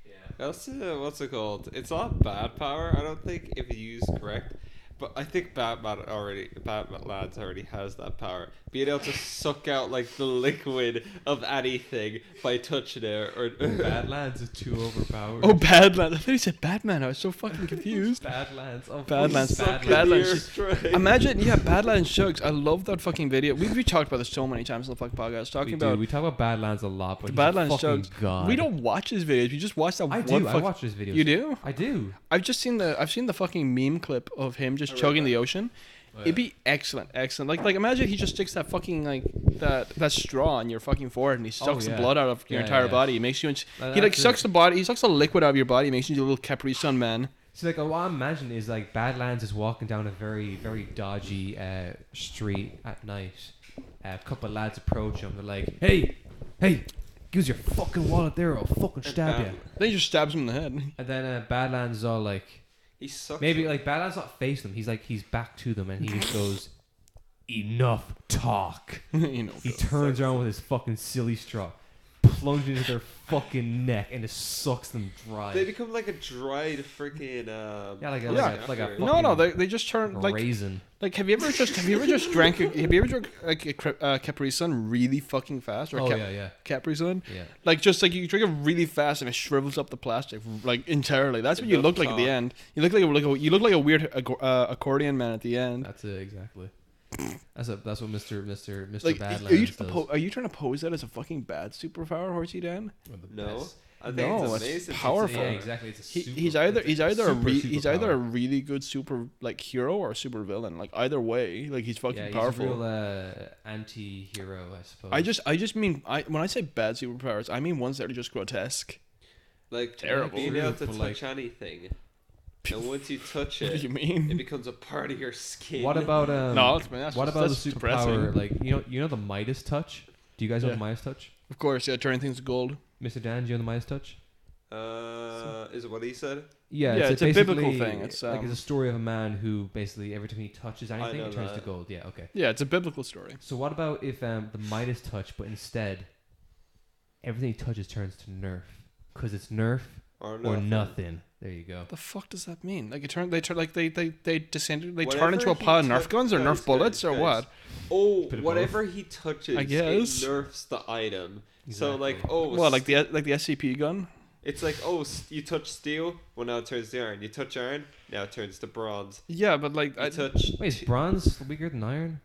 Speaker 1: Yeah.
Speaker 3: That's uh, what's it called? It's not bad power, I don't think, if used correct. But I think Batman already, Batman lads already has that power. Being able to suck out like the liquid of anything by touching it, or
Speaker 1: Badlands is too overpowered.
Speaker 2: Oh, Badlands. I thought he said Batman. I was so fucking confused.
Speaker 1: Badlands. Oh,
Speaker 2: Badlands.
Speaker 3: Suck
Speaker 1: Badlands.
Speaker 3: in
Speaker 2: Badlands.
Speaker 3: your
Speaker 2: Just-
Speaker 3: strength.
Speaker 2: Imagine, yeah, Badlands Shugs. I love that fucking video. We've we talked about this so many times in the fucking podcast.
Speaker 1: We,
Speaker 2: Talking about
Speaker 1: do. we talk about Badlands a lot, but he's a
Speaker 2: Badlands
Speaker 1: fucking
Speaker 2: Shugs.
Speaker 1: god.
Speaker 2: We don't watch his videos. We just watch that
Speaker 1: I
Speaker 2: one
Speaker 1: do. I
Speaker 2: fuck-
Speaker 1: watch his videos.
Speaker 2: You do?
Speaker 1: I do.
Speaker 2: I've just seen the I've seen the fucking meme clip of him
Speaker 1: Oh,
Speaker 2: just
Speaker 3: I read
Speaker 2: chugging
Speaker 3: that.
Speaker 2: the ocean. It'd be excellent, excellent. Like like imagine he just sticks that fucking like that that straw on your fucking forehead and he sucks
Speaker 1: Oh, yeah.
Speaker 2: the blood out of your
Speaker 1: Yeah,
Speaker 2: entire
Speaker 1: yeah.
Speaker 2: body. He makes you ins-
Speaker 1: Like,
Speaker 2: he like
Speaker 1: that's
Speaker 2: sucks
Speaker 1: it.
Speaker 2: the body he sucks the liquid out of your body, makes you a little Capri Sun man.
Speaker 1: So like what I imagine is like Badlands is walking down a very very dodgy uh, street at night. a couple of lads approach him. They're like, "Hey, hey, use your fucking wallet there, or I'll fucking stab you."
Speaker 2: Then he just stabs him in the head.
Speaker 1: And then uh, Badlands is all like,
Speaker 3: He sucks.
Speaker 1: maybe like Badlands not face them. He's like he's back to them, and he just goes, "Enough talk."
Speaker 2: you know.
Speaker 1: He turns around with his fucking silly straw, plunges into their fucking neck, and just sucks them dry.
Speaker 3: They become like a dried freaking. Um,
Speaker 1: yeah, like a,
Speaker 2: Yeah.
Speaker 1: like a, like a
Speaker 2: No, no,
Speaker 1: fucking
Speaker 2: they, they just turn like
Speaker 1: raisin.
Speaker 2: like have you ever just have you ever just drank a, have you ever drunk like a cra- uh, Capri Sun really fucking fast or
Speaker 1: Oh
Speaker 2: Cap-
Speaker 1: yeah, yeah,
Speaker 2: Capri Sun?
Speaker 1: yeah.
Speaker 2: Like just like you drink it really fast and it shrivels up the plastic like entirely. That's what
Speaker 3: It
Speaker 2: you
Speaker 3: does
Speaker 2: look like at the
Speaker 3: talk.
Speaker 2: end. You look like a, like a you look like a weird ac- uh, accordion man at the end.
Speaker 1: That's it exactly. That's a, that's what Mister Mister Mister
Speaker 2: Like
Speaker 1: Badlands
Speaker 2: are you
Speaker 1: does.
Speaker 2: po- are you trying to pose that as a fucking bad superpower, Horsey Dan?
Speaker 1: One of the
Speaker 3: No,
Speaker 1: best.
Speaker 3: I think
Speaker 2: No, it's
Speaker 3: it's amazing. It's
Speaker 2: powerful.
Speaker 1: Yeah,
Speaker 3: amazing.
Speaker 1: exactly. It's a
Speaker 2: He,
Speaker 1: super,
Speaker 2: he's either
Speaker 1: it's a
Speaker 2: he's either a
Speaker 1: super
Speaker 2: re- he's either a
Speaker 1: superpower.
Speaker 2: really good super like hero or a super villain. Like either way, like he's fucking
Speaker 1: yeah, he's
Speaker 2: powerful.
Speaker 1: a real uh, anti-hero, I suppose.
Speaker 2: I just I just mean I when I say bad superpowers, I mean ones that are just grotesque.
Speaker 3: Like
Speaker 2: Terrible.
Speaker 3: Being able to
Speaker 1: But,
Speaker 3: touch
Speaker 1: like-
Speaker 3: anything, and once you
Speaker 2: What
Speaker 3: touch
Speaker 2: do you
Speaker 3: it, it
Speaker 2: mean?
Speaker 3: becomes a part of your skin.
Speaker 1: what about um?
Speaker 2: no, that's, that's
Speaker 1: what
Speaker 2: just-
Speaker 1: about the
Speaker 2: that's
Speaker 1: superpower?
Speaker 2: depressing.
Speaker 1: Like you know you know the Midas touch. Do you guys know
Speaker 2: Yeah.
Speaker 1: the Midas touch?
Speaker 2: Of course, yeah, turning things to gold.
Speaker 1: Mister Dan, do you know the Midas touch?
Speaker 3: Uh, is it what he said?
Speaker 1: Yeah,
Speaker 2: Yeah,
Speaker 1: it's, a,
Speaker 2: it's a biblical
Speaker 1: basically-
Speaker 2: thing. It's,
Speaker 1: like it's
Speaker 2: um,
Speaker 1: a story of a man who basically every time he touches anything,
Speaker 3: know
Speaker 1: it turns
Speaker 3: that.
Speaker 1: to gold. Yeah, okay.
Speaker 2: Yeah, it's a biblical story.
Speaker 1: So what about if um, the Midas touch, but instead everything he touches turns to Nerf because it's Nerf
Speaker 3: Or
Speaker 1: or
Speaker 3: nothing.
Speaker 1: nothing. There you go.
Speaker 2: The fuck does that mean? Like it turn they turn like they they they descend they
Speaker 3: Whatever
Speaker 2: turn into a
Speaker 3: he
Speaker 2: pile of Nerf
Speaker 3: touch-
Speaker 2: guns or
Speaker 3: guys,
Speaker 2: Nerf bullets or
Speaker 3: guys, guys.
Speaker 2: what?
Speaker 3: Oh,
Speaker 1: Bit of
Speaker 3: whatever he touches,
Speaker 2: I guess.
Speaker 3: it nerfs the item. So like,
Speaker 1: Exactly.
Speaker 3: oh,
Speaker 2: Well, like the like the SCP gun.
Speaker 3: it's like oh, s- you touch steel, well now it turns to iron. You touch iron, now it turns to bronze.
Speaker 2: Yeah, but like
Speaker 3: You
Speaker 2: I,
Speaker 3: touch,
Speaker 1: Wait, is bronze weaker than iron?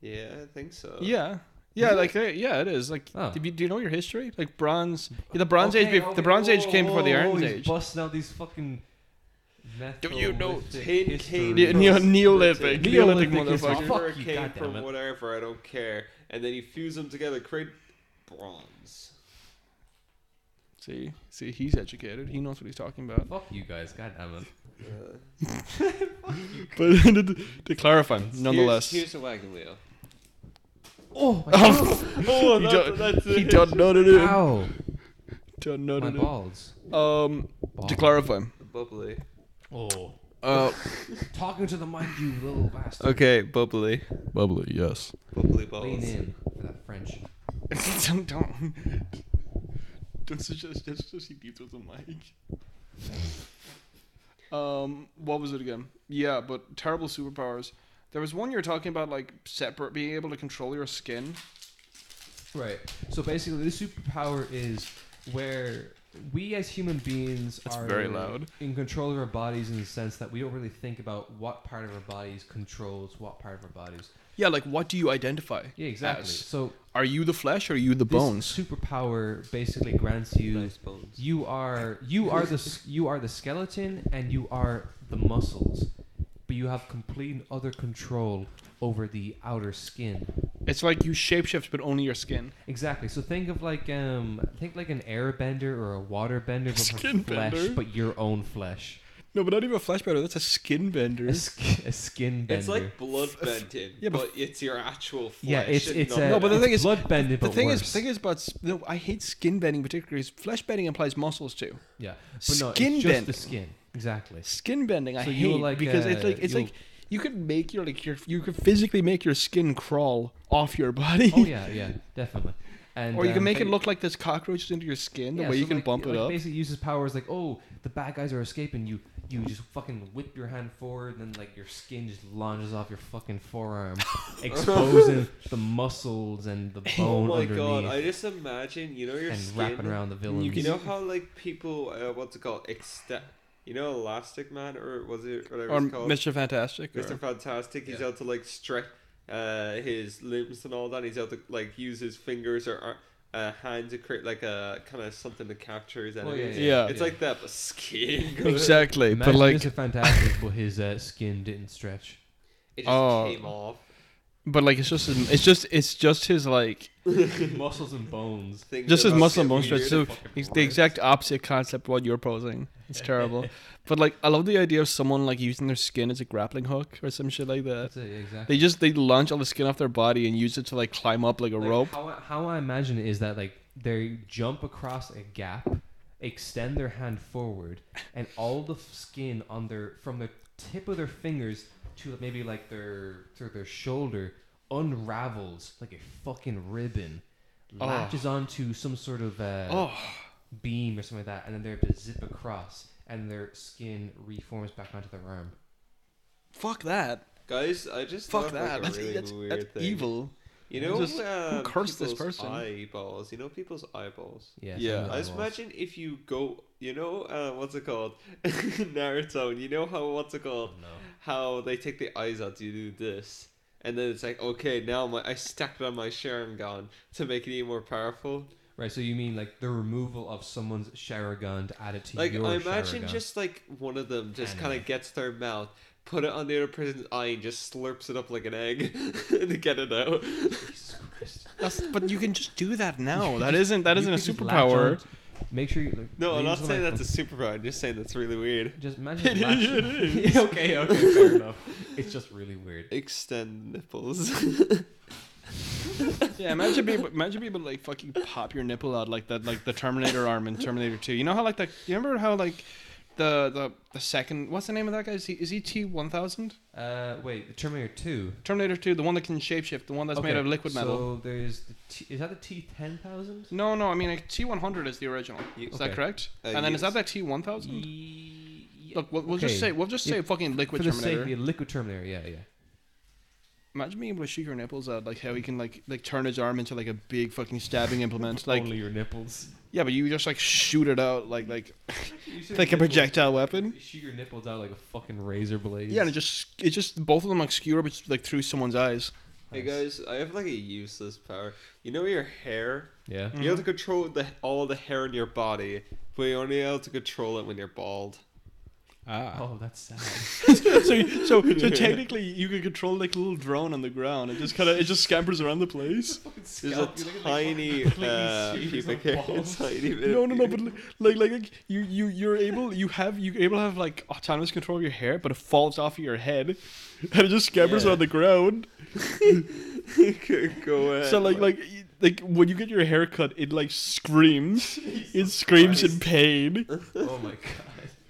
Speaker 3: yeah, I think so.
Speaker 2: yeah. Yeah, like they- yeah, it is. Like,
Speaker 1: Oh.
Speaker 2: do you, do you know your history? Like bronze, yeah, the bronze age,
Speaker 1: Okay,
Speaker 2: bef-
Speaker 1: okay,
Speaker 2: the bronze age
Speaker 1: whoa,
Speaker 2: came before the
Speaker 1: whoa,
Speaker 2: iron
Speaker 1: whoa, he's
Speaker 2: age.
Speaker 1: Busting out these fucking.
Speaker 3: Don't you know
Speaker 1: Neolithic
Speaker 3: Tin
Speaker 1: history.
Speaker 3: Can
Speaker 2: Yeah, neo-
Speaker 3: Neolithic.
Speaker 2: Neolithic, Neolithic,
Speaker 1: Neolithic is fuck
Speaker 2: motherfucker.
Speaker 3: Whatever
Speaker 1: you,
Speaker 3: came
Speaker 1: goddamn
Speaker 3: from
Speaker 1: it.
Speaker 3: whatever, I don't care. And then you fuse them together, create bronze.
Speaker 2: See, see, he's educated. He knows what he's talking about.
Speaker 1: Fuck you guys, goddammit.
Speaker 3: Uh,
Speaker 2: But to, to clarify, nonetheless,
Speaker 3: here's, here's a wagon wheel.
Speaker 1: Oh,
Speaker 3: Oh,
Speaker 2: he,
Speaker 3: that's-
Speaker 2: done,
Speaker 3: that's
Speaker 2: he
Speaker 3: it.
Speaker 2: done done it in.
Speaker 1: ow,
Speaker 2: Done done
Speaker 1: my
Speaker 2: it in.
Speaker 1: balls.
Speaker 2: Um,
Speaker 1: Balls.
Speaker 2: to clarify,
Speaker 3: Bubbly.
Speaker 1: Oh,
Speaker 2: uh,
Speaker 1: talking to the mic, you little bastard.
Speaker 3: Okay, bubbly.
Speaker 2: bubbly, yes.
Speaker 3: Bubbly
Speaker 1: Lean
Speaker 3: balls.
Speaker 1: in for that French.
Speaker 2: don't don't don't suggest just just he beats with the mic. Um, what was it again? Yeah, but terrible superpowers. There was one you were talking about, like separate, being able to control your skin.
Speaker 1: Right. So basically, the superpower is where we as human beings
Speaker 2: That's
Speaker 1: are
Speaker 2: very loud.
Speaker 1: in control of our bodies in the sense that we don't really think about what part of our bodies controls what part of our bodies.
Speaker 2: Yeah, like what do you identify?
Speaker 1: Yeah, exactly.
Speaker 2: as?
Speaker 1: So
Speaker 2: Are you the flesh or are you the
Speaker 1: this
Speaker 2: bones?
Speaker 1: superpower basically grants you
Speaker 3: Nice bones.
Speaker 1: you are you are the s- you are the skeleton and you are the muscles, but you have complete and utter control over the outer skin.
Speaker 2: It's like you shapeshift, but only your skin.
Speaker 1: Exactly. So think of like um think like an airbender or a waterbender but from
Speaker 2: Skin
Speaker 1: flesh,
Speaker 2: bender.
Speaker 1: but your own flesh.
Speaker 2: No, but not even a flesh bender. That's a skin bender.
Speaker 1: A, sk- a skin bender.
Speaker 3: It's like blood bending,
Speaker 2: Yeah, but-
Speaker 3: but, it's your actual flesh.
Speaker 1: yeah, it's
Speaker 3: and
Speaker 1: it's
Speaker 3: not
Speaker 1: a,
Speaker 2: No, but the
Speaker 1: it's
Speaker 2: thing is-
Speaker 1: blood bending,
Speaker 2: the
Speaker 1: but
Speaker 2: thing
Speaker 1: worse.
Speaker 2: is, the thing is, but s- no, I hate skin bending particularly. is Flesh bending implies muscles too.
Speaker 1: yeah, but no,
Speaker 2: skin
Speaker 1: it's just
Speaker 2: bending.
Speaker 1: the skin. Exactly.
Speaker 2: Skin bending, I
Speaker 1: So you'll,
Speaker 2: hate
Speaker 1: like,
Speaker 2: because it's
Speaker 1: uh,
Speaker 2: like it's
Speaker 1: you'll-
Speaker 2: like you could make your like your you could physically make your skin crawl off your body,
Speaker 1: Oh yeah, yeah, definitely. And
Speaker 2: or you can
Speaker 1: um,
Speaker 2: make it look like there's cockroaches into your skin. The
Speaker 1: yeah,
Speaker 2: way you
Speaker 1: so,
Speaker 2: can
Speaker 1: like,
Speaker 2: bump it
Speaker 1: like,
Speaker 2: up.
Speaker 1: Basically, uses powers like, oh, the bad guys are escaping. You you just fucking whip your hand forward, and then like your skin just launches off your fucking forearm, exposing the muscles and the
Speaker 3: Oh
Speaker 1: bone
Speaker 3: my
Speaker 1: underneath,
Speaker 3: god! I just imagine, you know, your
Speaker 1: and wrapping
Speaker 3: skin.
Speaker 1: around the villains.
Speaker 3: You know how like people, uh, what's it called, extend. You know, Elastic Man, or was it whatever
Speaker 2: Or
Speaker 3: it's called?
Speaker 2: Mr. Fantastic.
Speaker 3: Mr.
Speaker 2: Or,
Speaker 3: Fantastic. He's
Speaker 1: Yeah.
Speaker 3: able to like stretch uh, his limbs and all that. He's able to like use his fingers or ar- uh, hand to create like a kind of something to capture his
Speaker 1: Oh,
Speaker 3: enemies.
Speaker 1: yeah,
Speaker 2: Yeah.
Speaker 3: It's like that, but skin.
Speaker 2: exactly,
Speaker 1: Imagine
Speaker 2: but like,
Speaker 1: Mr. Fantastic, but his uh, skin didn't stretch.
Speaker 3: It just
Speaker 2: Oh.
Speaker 3: came off.
Speaker 2: but like, it's just it's just it's just his like
Speaker 1: muscles and bones.
Speaker 3: Things
Speaker 2: just
Speaker 3: are
Speaker 2: as
Speaker 3: about to
Speaker 2: muscle and
Speaker 3: get
Speaker 2: bone stretch.
Speaker 3: weird.
Speaker 2: So
Speaker 3: Fucking
Speaker 2: it's the
Speaker 3: worse.
Speaker 2: exact opposite concept of what you're posing. It's terrible. but like I love the idea of someone like using their skin as a grappling hook or some shit like that.
Speaker 1: That's it, yeah, exactly.
Speaker 2: They just they launch all the skin off their body and use it to like climb up like a
Speaker 1: Like,
Speaker 2: rope.
Speaker 1: How I, how I imagine it is that like they jump across a gap, extend their hand forward, and all the f- skin on their from the tip of their fingers to maybe like their through their shoulder unravels like a fucking ribbon,
Speaker 2: Oh.
Speaker 1: latches onto some sort of uh,
Speaker 2: Oh,
Speaker 1: beam or something like that, and then they're able to zip across, and their skin reforms back onto their arm.
Speaker 2: fuck that!
Speaker 3: Guys, I just
Speaker 2: Fuck
Speaker 3: thought of,
Speaker 2: that!
Speaker 3: Like,
Speaker 2: That's,
Speaker 3: a really
Speaker 2: that's,
Speaker 3: weird
Speaker 2: that's
Speaker 3: thing.
Speaker 2: evil.
Speaker 3: You
Speaker 2: Who
Speaker 3: know,
Speaker 2: just- who
Speaker 3: um,
Speaker 2: cursed this
Speaker 3: people's
Speaker 2: person?
Speaker 3: Eyeballs. You know, people's eyeballs.
Speaker 1: Yeah.
Speaker 2: Yeah,
Speaker 1: something like
Speaker 3: I
Speaker 1: that
Speaker 3: just
Speaker 1: was.
Speaker 3: imagine if you go, you know, uh, what's it called, Naruto. and You know how what's it called?
Speaker 1: No.
Speaker 3: How they take the eyes out. You do this, and then it's like, okay, now my I stacked on my Sharingan to make it even more powerful.
Speaker 1: Right, so you mean like the removal of someone's Sharagon to add it to
Speaker 3: Like
Speaker 1: your
Speaker 3: I imagine
Speaker 1: Sharingan.
Speaker 3: just like one of them just kind
Speaker 1: Anime.
Speaker 3: of gets their mouth, put it on the other person's eye, and just slurps it up like an egg to get it out.
Speaker 1: Jesus Christ.
Speaker 2: That's, but you can just do that now. That isn't that
Speaker 1: You
Speaker 2: isn't a
Speaker 1: could just latch
Speaker 2: superpower.
Speaker 1: on- Make sure you. Like,
Speaker 3: No, I'm
Speaker 1: lean
Speaker 3: not
Speaker 1: into the
Speaker 3: saying that's a
Speaker 1: microphone.
Speaker 3: superpower. I'm just saying that's really weird.
Speaker 1: Just imagine.
Speaker 3: It
Speaker 1: latch-
Speaker 3: is, it is.
Speaker 1: okay, okay, fair enough. It's just really weird.
Speaker 3: Extend nipples.
Speaker 2: Yeah, imagine people imagine people like fucking pop your nipple out like that, like the Terminator arm in Terminator Two. You know how like that? You remember how like the the the second what's the name of that guy? Is he is he T one thousand?
Speaker 1: Uh, wait, the Terminator Two.
Speaker 2: Terminator Two, the one that can shapeshift, the one that's made
Speaker 1: Okay,
Speaker 2: of liquid metal.
Speaker 1: So there's the T- is that the T ten thousand?
Speaker 2: No, no, I mean like T one hundred is the original.
Speaker 3: You-
Speaker 2: Is that
Speaker 1: Okay.
Speaker 2: correct?
Speaker 3: Uh,
Speaker 2: and then is
Speaker 3: yes.
Speaker 2: that that T one thousand? Look, we'll, we'll
Speaker 1: Okay.
Speaker 2: just say we'll just say
Speaker 1: Yeah,
Speaker 2: fucking
Speaker 1: For
Speaker 2: liquid
Speaker 1: the sake
Speaker 2: Terminator.
Speaker 1: of the liquid Terminator, yeah, yeah.
Speaker 2: Imagine being able to shoot your nipples out, like how he can like like turn his arm into like a big fucking stabbing implement. Like
Speaker 1: Only your nipples.
Speaker 2: yeah, but you just like shoot it out like like
Speaker 1: You shoot
Speaker 2: like a
Speaker 1: your nipples-
Speaker 2: projectile weapon.
Speaker 1: you Shoot your nipples out like a fucking razor blade.
Speaker 2: Yeah, and it just it just both of them like skewer, but like through someone's eyes.
Speaker 3: Hey
Speaker 1: Nice.
Speaker 3: guys, I have like a useless power. You know your hair?
Speaker 1: Yeah.
Speaker 2: Mm.
Speaker 3: You
Speaker 2: Mm-hmm.
Speaker 3: have to control the all the hair in your body, but you're only able to control it when you're bald.
Speaker 2: Ah.
Speaker 1: Oh, that's sad.
Speaker 2: so so so technically, you can control like a little drone on the ground. It just kind of it just scampers around the place.
Speaker 3: There's a tiny uh, pubic hair. a Tiny bit
Speaker 2: No,
Speaker 3: of
Speaker 2: no, no. But
Speaker 3: pubic-
Speaker 2: li- like, like, like you, you, you're able. You have, you're able to have like autonomous control of your hair, but it falls off of your head, and it just scampers
Speaker 3: Yeah.
Speaker 2: around the ground.
Speaker 3: Go ahead.
Speaker 2: So like, like, y- like when you get your hair cut, it like screams. it screams in pain.
Speaker 1: oh my god.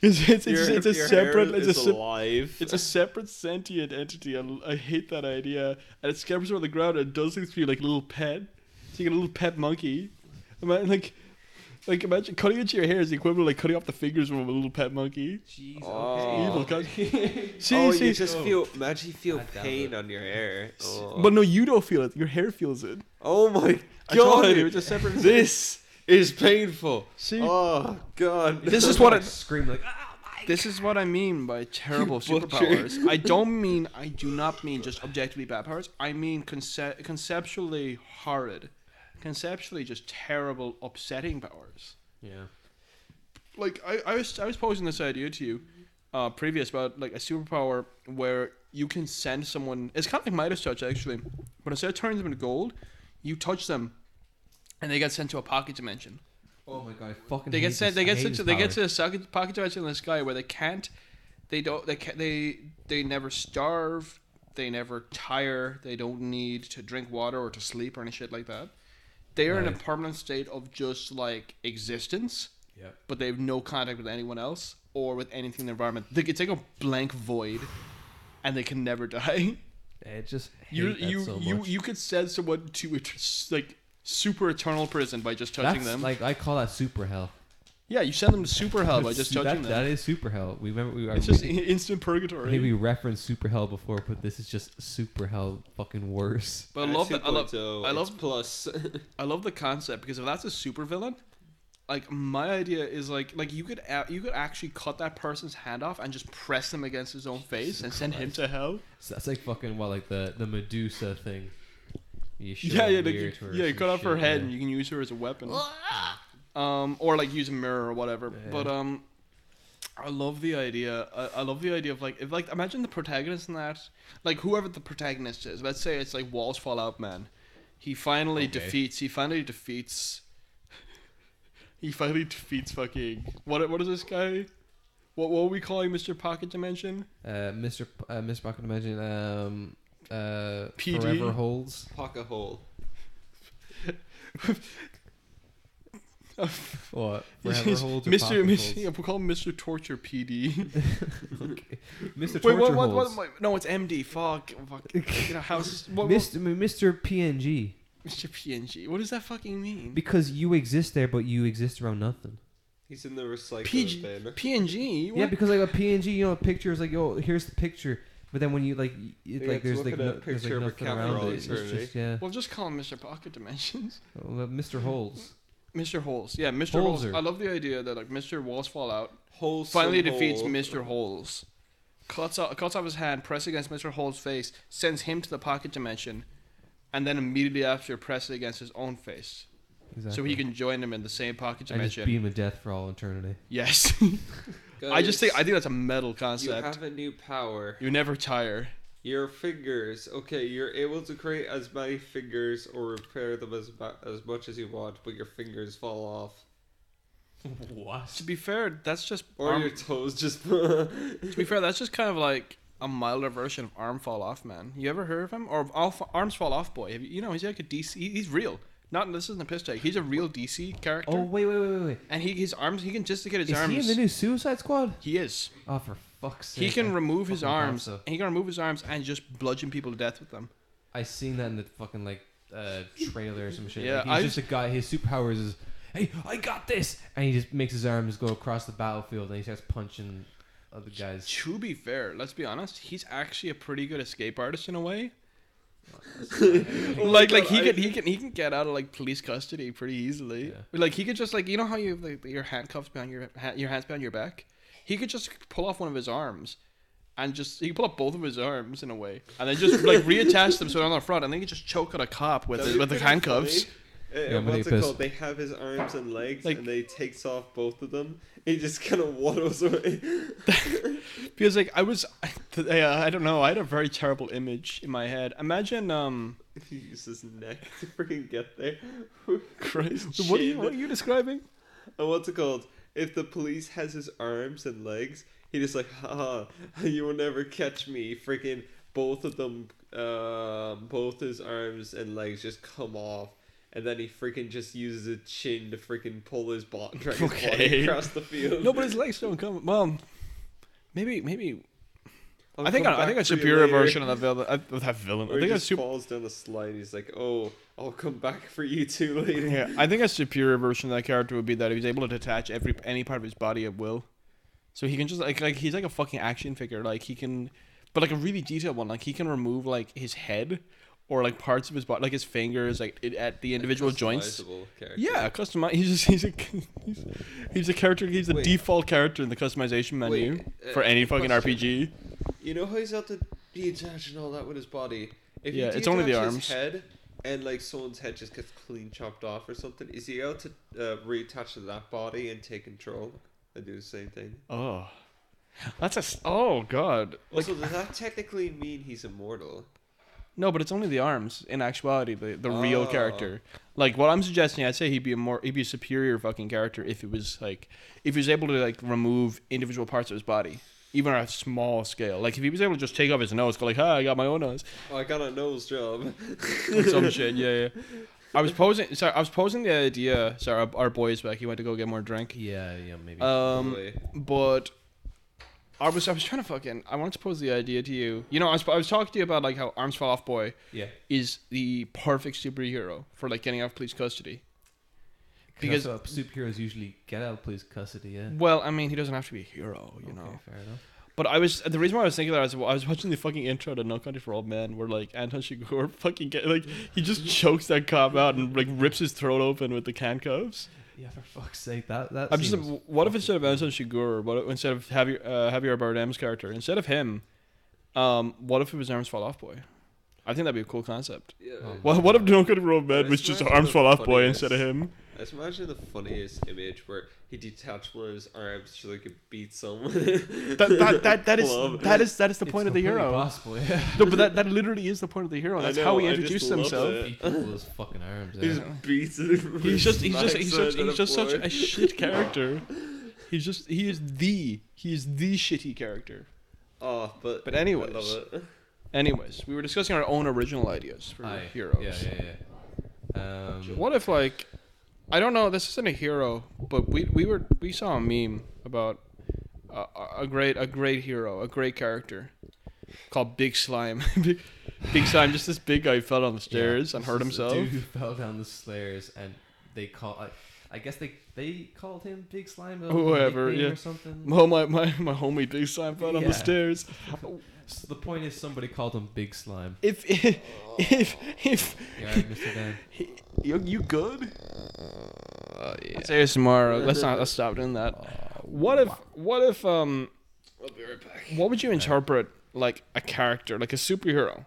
Speaker 2: It's it's, it's,
Speaker 3: your,
Speaker 2: it's a
Speaker 3: your
Speaker 2: separate.
Speaker 3: hair
Speaker 2: It's a
Speaker 3: is
Speaker 2: se-
Speaker 3: alive.
Speaker 2: It's a separate sentient entity. I, I hate that idea. And it scampers around the ground and does things to you like a little pet. So you get a little pet monkey. Imagine, like, like imagine cutting into your hair is the equivalent of like cutting off the fingers from a little pet monkey.
Speaker 1: Jeez.
Speaker 3: Oh.
Speaker 2: Evil
Speaker 1: okay.
Speaker 2: cunt. See,
Speaker 3: oh,
Speaker 2: see,
Speaker 3: you just
Speaker 1: oh.
Speaker 3: feel imagine you feel
Speaker 1: I doubt
Speaker 3: pain
Speaker 1: it.
Speaker 3: on your hair. Oh,
Speaker 2: but no, you don't feel it. Your hair feels it.
Speaker 3: oh my
Speaker 2: I told
Speaker 3: god!
Speaker 2: you, it's a separate-
Speaker 3: This is painful.
Speaker 2: See?
Speaker 3: oh god!
Speaker 2: This is what
Speaker 1: I
Speaker 2: I-
Speaker 1: scream like. Ah, my
Speaker 2: This is what I mean by terrible
Speaker 3: You butcher.
Speaker 2: superpowers. I don't mean, I do not mean just objectively bad powers. I mean conce- conceptually horrid, conceptually just terrible, upsetting powers.
Speaker 1: Yeah.
Speaker 2: like I, I was I was posing this idea to you uh previous about like a superpower where you can send someone it's kinda like Midas touch actually, but instead of turning them into gold, you touch them and they get sent to a pocket dimension.
Speaker 1: Oh my god. I fucking.
Speaker 2: They
Speaker 1: hate
Speaker 2: get
Speaker 1: this.
Speaker 2: sent they
Speaker 1: I
Speaker 2: get
Speaker 1: hate
Speaker 2: sent
Speaker 1: this
Speaker 2: to they get
Speaker 1: power.
Speaker 2: to a socket- pocket dimension in the sky where they can't They don't. They ca- they they never starve. They never tire. They don't need to drink water or to sleep or any shit like that. They are in a
Speaker 1: Right.
Speaker 2: permanent state of just like existence,
Speaker 1: Yep.
Speaker 2: but they have no contact with anyone else or with anything in the environment. They, it's like a blank void, and they can never die.
Speaker 1: It just hate
Speaker 2: You
Speaker 1: that
Speaker 2: you
Speaker 1: so
Speaker 2: you
Speaker 1: much.
Speaker 2: you could send someone to a tr- like super eternal prison by just touching
Speaker 1: That's
Speaker 2: them.
Speaker 1: like I call that super hell.
Speaker 2: yeah, you send them to super hell by
Speaker 1: That's-
Speaker 2: just touching
Speaker 1: that,
Speaker 2: them.
Speaker 1: That is super hell. We remember we are.
Speaker 2: It's just i- instant purgatory.
Speaker 1: Maybe we referenced super hell before, but this is just super hell fucking worse.
Speaker 2: But I love the, I love
Speaker 3: 2.0,
Speaker 2: I
Speaker 3: oh, it's
Speaker 2: love
Speaker 3: plus.
Speaker 2: I love the concept because if that's a supervillain, like my idea is like like you could a- you could actually cut that person's hand off and just press them against his own face and send him to hell.
Speaker 1: So that's like fucking what like the the Medusa thing. You shove
Speaker 2: yeah,
Speaker 1: a
Speaker 2: yeah, like,
Speaker 1: beer to her or
Speaker 2: yeah. You
Speaker 1: some
Speaker 2: cut off her
Speaker 1: shit,
Speaker 2: head
Speaker 1: yeah. Ah!
Speaker 2: and you can use her as a weapon. um, or like use a mirror or whatever.
Speaker 1: Yeah.
Speaker 2: But um, I love the idea. I, I love the idea of like if like imagine the protagonist in that, like whoever the protagonist is. Let's say it's like Walls Fall Out Man. He finally
Speaker 1: Okay.
Speaker 2: defeats. He finally defeats. he finally defeats fucking what? What is this guy? What what are we calling Mr. Pocket Dimension?
Speaker 1: Uh, Mr. P- uh, Mr. Pocket Imagine um uh
Speaker 2: PD.
Speaker 1: forever holds.
Speaker 3: Pocket hole.
Speaker 1: What forever holds or
Speaker 2: Mr.
Speaker 1: Pocket
Speaker 2: Mr.
Speaker 1: Holds?
Speaker 2: Yeah, we'll call him Mr. Torture PD.
Speaker 1: Okay. Mr.
Speaker 2: Wait,
Speaker 1: Torture
Speaker 2: what, what,
Speaker 1: holds.
Speaker 2: what, what? No, it's MD. Fuck. Fuck. You know, how's what, what,
Speaker 1: Mr. M- Mr. PNG
Speaker 2: Mr. PNG? What does that fucking mean?
Speaker 1: because you exist there, but you exist around nothing.
Speaker 3: He's in the recycling
Speaker 2: PG,
Speaker 3: bin.
Speaker 2: PNG.
Speaker 1: Yeah,
Speaker 2: What?
Speaker 1: because like a PNG, you know, a picture is like, oh, here's the picture. But then when you like, y- it,
Speaker 3: Yeah,
Speaker 1: like
Speaker 3: it's
Speaker 1: there's like,
Speaker 3: looking
Speaker 1: no,
Speaker 3: at a
Speaker 1: there's like
Speaker 3: picture of a
Speaker 1: nothing
Speaker 3: cat for
Speaker 1: around
Speaker 3: all
Speaker 1: it. It's
Speaker 3: eternity.
Speaker 1: just yeah.
Speaker 2: Well, just call him Mr. Pocket Dimensions.
Speaker 1: Well, Mr. Holes.
Speaker 2: Mr. Holes. Yeah, Mr. Holes.
Speaker 1: Holzer.
Speaker 2: I love the idea that like Mr. Walls Fallout
Speaker 3: Whole
Speaker 2: finally defeats Mr. Holes, cuts off, cuts off his hand, presses against Mr. Holes' face, sends him to the pocket dimension, and then immediately after presses against his own face,
Speaker 1: Exactly.
Speaker 2: so he can join him in the same pocket
Speaker 1: I just
Speaker 2: dimension.
Speaker 1: beam of death for all eternity.
Speaker 2: yes, I just think I think that's a metal
Speaker 3: you
Speaker 2: concept.
Speaker 3: have a new power.
Speaker 2: You never tire.
Speaker 3: Your fingers. Okay, you're able to create as many fingers or repair them as mu- as much as you want, but your fingers fall off,
Speaker 1: What?
Speaker 2: To be fair, that's just
Speaker 3: or
Speaker 2: arm-
Speaker 3: your toes just.
Speaker 2: To be fair, that's just kind of like a milder version of Arm Fall Off Man. You ever heard of him? Or of Alf- Arms Fall Off Boy? Have you, you know, he's like a DC. he- He's real. Not this isn't a piss take. He's a real DC character.
Speaker 1: Oh wait, wait, wait, wait, wait.
Speaker 2: And he his arms. He can gesticulate his
Speaker 1: Is
Speaker 2: arms.
Speaker 1: he in the new Suicide Squad?
Speaker 2: He is.
Speaker 1: Oh, for fuck's sake!
Speaker 2: He
Speaker 1: I
Speaker 2: can remove his
Speaker 1: fucking thought
Speaker 2: arms.
Speaker 1: so.
Speaker 2: He can remove his arms and just bludgeon people to death with them.
Speaker 1: I seen that in the fucking like uh, trailer or some shit.
Speaker 2: Yeah,
Speaker 1: like, he's
Speaker 2: I-
Speaker 1: just a guy. His superpowers is, hey, I got this, and he just makes his arms go across the battlefield and he starts punching other guys.
Speaker 2: To be fair, let's be honest, he's actually a pretty good escape artist in a way. like like he could he can he can get out of like police custody pretty easily.
Speaker 1: Yeah.
Speaker 2: Like he could just like you know how you have like your handcuffs behind your ha- your hands behind your back. He could just pull off one of his arms, and just he could pull up both of his arms in a way, and then just like reattach them so they're on the front, and then he could just choke at a cop with
Speaker 3: That'd
Speaker 2: it,
Speaker 3: be
Speaker 2: with the
Speaker 3: pretty
Speaker 2: handcuffs.
Speaker 3: funny.
Speaker 1: Yeah,
Speaker 3: Uh,
Speaker 1: but
Speaker 3: what's
Speaker 1: he
Speaker 3: it
Speaker 1: pissed-
Speaker 3: called? They have his arms and legs,
Speaker 2: Like-
Speaker 3: and they takes off both of them. He just kind of waddles away.
Speaker 2: Because like I was, I, uh, I don't know, I had a very terrible image in my head. Imagine um,
Speaker 3: he uses his neck to freaking get there.
Speaker 2: Christ, what are you what are you describing?
Speaker 3: And what's it called? If the police has his arms and legs, he just like, ha, ha, you will never catch me. Freaking both of them, um, both his arms and legs just come off. And then he freaking just uses a chin to freaking pull his, bo- drag his
Speaker 2: Okay.
Speaker 3: body across the field.
Speaker 2: No, but his legs don't come. Well, maybe maybe
Speaker 3: I'll
Speaker 2: I think
Speaker 3: Oh, come
Speaker 2: I, I
Speaker 3: back
Speaker 2: think a
Speaker 3: for you
Speaker 2: superior
Speaker 3: later.
Speaker 2: version of that villain. I, of that villain.
Speaker 3: Or
Speaker 2: I
Speaker 3: he
Speaker 2: think a
Speaker 3: just
Speaker 2: super.
Speaker 3: falls down the slide. He's like, "Oh, I'll come back for you too later."
Speaker 2: Yeah, I think a superior version of that character would be that he's able to detach every any part of his body at will, so he can just like like he's like a fucking action figure. Like he can, but like a really detailed one. Like he can remove like his head or like parts of his body, like his fingers, like it, at the individual joints.
Speaker 3: Customizable character.
Speaker 2: Yeah, customize. He's just he's a he's, he's a character. He's the
Speaker 3: Wait.
Speaker 2: default character in the customization menu
Speaker 3: Wait, uh,
Speaker 2: for any fucking
Speaker 3: question.
Speaker 2: RPG.
Speaker 3: You know how he's out to detach and all that with his body. If
Speaker 2: Yeah,
Speaker 3: you
Speaker 2: it's only the
Speaker 3: detach his
Speaker 2: arms.
Speaker 3: head, and like someone's head just gets clean chopped off or something, is he out to uh, reattach to that body and take control and do the same thing?
Speaker 2: Oh, that's a s- oh god. Like,
Speaker 3: Also, does that technically mean he's immortal?
Speaker 2: no, but it's only the arms. In actuality, the, the real
Speaker 3: Oh.
Speaker 2: character. Like what I'm suggesting, I'd say he'd be a more he'd be a superior fucking character if it was like if he was able to like remove individual parts of his body. even on a small scale. Like if he was able to just take off his nose, go like, "Hi, I got my own nose,"
Speaker 3: Oh, I got a nose job.
Speaker 2: or some shit. Yeah, yeah. I was posing. Sorry, I was posing the idea. Sorry, our, our boy is back. He went to go get more drink.
Speaker 1: Yeah, yeah, maybe.
Speaker 2: Um,
Speaker 3: Probably.
Speaker 2: but I was I was trying to fucking I wanted to pose the idea to you. You know, I was, I was talking to you about like how Arms Fall Off Boy
Speaker 1: yeah.
Speaker 2: is the perfect superhero for like getting out of police custody.
Speaker 1: Because
Speaker 2: Because-
Speaker 1: superheroes usually get out of police custody. Yeah.
Speaker 2: Well, I mean, he doesn't have to be a hero, you
Speaker 1: okay,
Speaker 2: know.
Speaker 1: fair enough.
Speaker 2: But I was the reason why I was thinking that I was, I was watching the fucking intro to No Country for Old Men, where like Anton Chigurh fucking get like he just chokes that cop out and like rips his throat open with the handcuffs.
Speaker 1: Yeah, for fuck's sake, that that.
Speaker 2: I'm just
Speaker 1: seems
Speaker 2: what if
Speaker 1: fucking-
Speaker 2: instead of Anton Chigurh, what if, instead of Javier uh, Javier Bardem's character, instead of him, um, what if it was Arms Fall Off Boy? I think that'd be a cool concept.
Speaker 3: Yeah.
Speaker 1: Oh.
Speaker 2: What, what if No Country for Old Men
Speaker 3: That's
Speaker 2: was just
Speaker 3: not
Speaker 2: Arms
Speaker 3: the
Speaker 2: Fall Off Boy
Speaker 3: funniest.
Speaker 2: instead of him?
Speaker 3: I just imagine the funniest image where he detached one of his arms so they could beat someone. that,
Speaker 2: That that that, that is
Speaker 3: Club.
Speaker 2: that is that is the
Speaker 1: It's
Speaker 2: point of the
Speaker 1: completely
Speaker 2: hero.
Speaker 1: Possible, yeah.
Speaker 2: No, but that, that literally is the point of the hero.
Speaker 3: I
Speaker 2: That's
Speaker 3: know,
Speaker 2: how he
Speaker 3: I just
Speaker 2: introduced
Speaker 3: love
Speaker 2: himself.
Speaker 3: it.
Speaker 1: Beat people with his fucking arms.
Speaker 3: He
Speaker 1: Yeah.
Speaker 3: just beats him.
Speaker 2: He's just he's just he's just he's just such a shit character. He's just he is the he is the shitty character.
Speaker 3: Oh, but
Speaker 2: But anyways.
Speaker 3: I love it.
Speaker 2: Anyways, we were discussing our own original ideas for
Speaker 1: Aye.
Speaker 2: heroes.
Speaker 1: Yeah, yeah, yeah. Um,
Speaker 2: What if like I don't know, this isn't a hero, but we we were we saw a meme about a, a- a great a great hero, a great character called Big Slime. Big, Big Slime, just this big guy who fell down
Speaker 1: Yeah,
Speaker 2: the stairs and
Speaker 1: this
Speaker 2: hurt
Speaker 1: is the
Speaker 2: himself.
Speaker 1: Dude who fell down the stairs and they call. I, I guess they they called him Big Slime. a
Speaker 2: Whoever,
Speaker 1: nickname
Speaker 2: yeah.
Speaker 1: or something.
Speaker 2: Oh my, my my homie Big Slime fell down
Speaker 1: Yeah.
Speaker 2: the stairs.
Speaker 1: So the point is, somebody called him Big Slime.
Speaker 2: If if if, if
Speaker 1: Yeah, right, Mr. Van.
Speaker 2: you, you good?
Speaker 3: Uh, yeah.
Speaker 2: It's ASMR. Let's not. Let's stop doing that. What if? What if? Um.
Speaker 3: I'll be right back.
Speaker 2: What would you interpret like a character, like a superhero?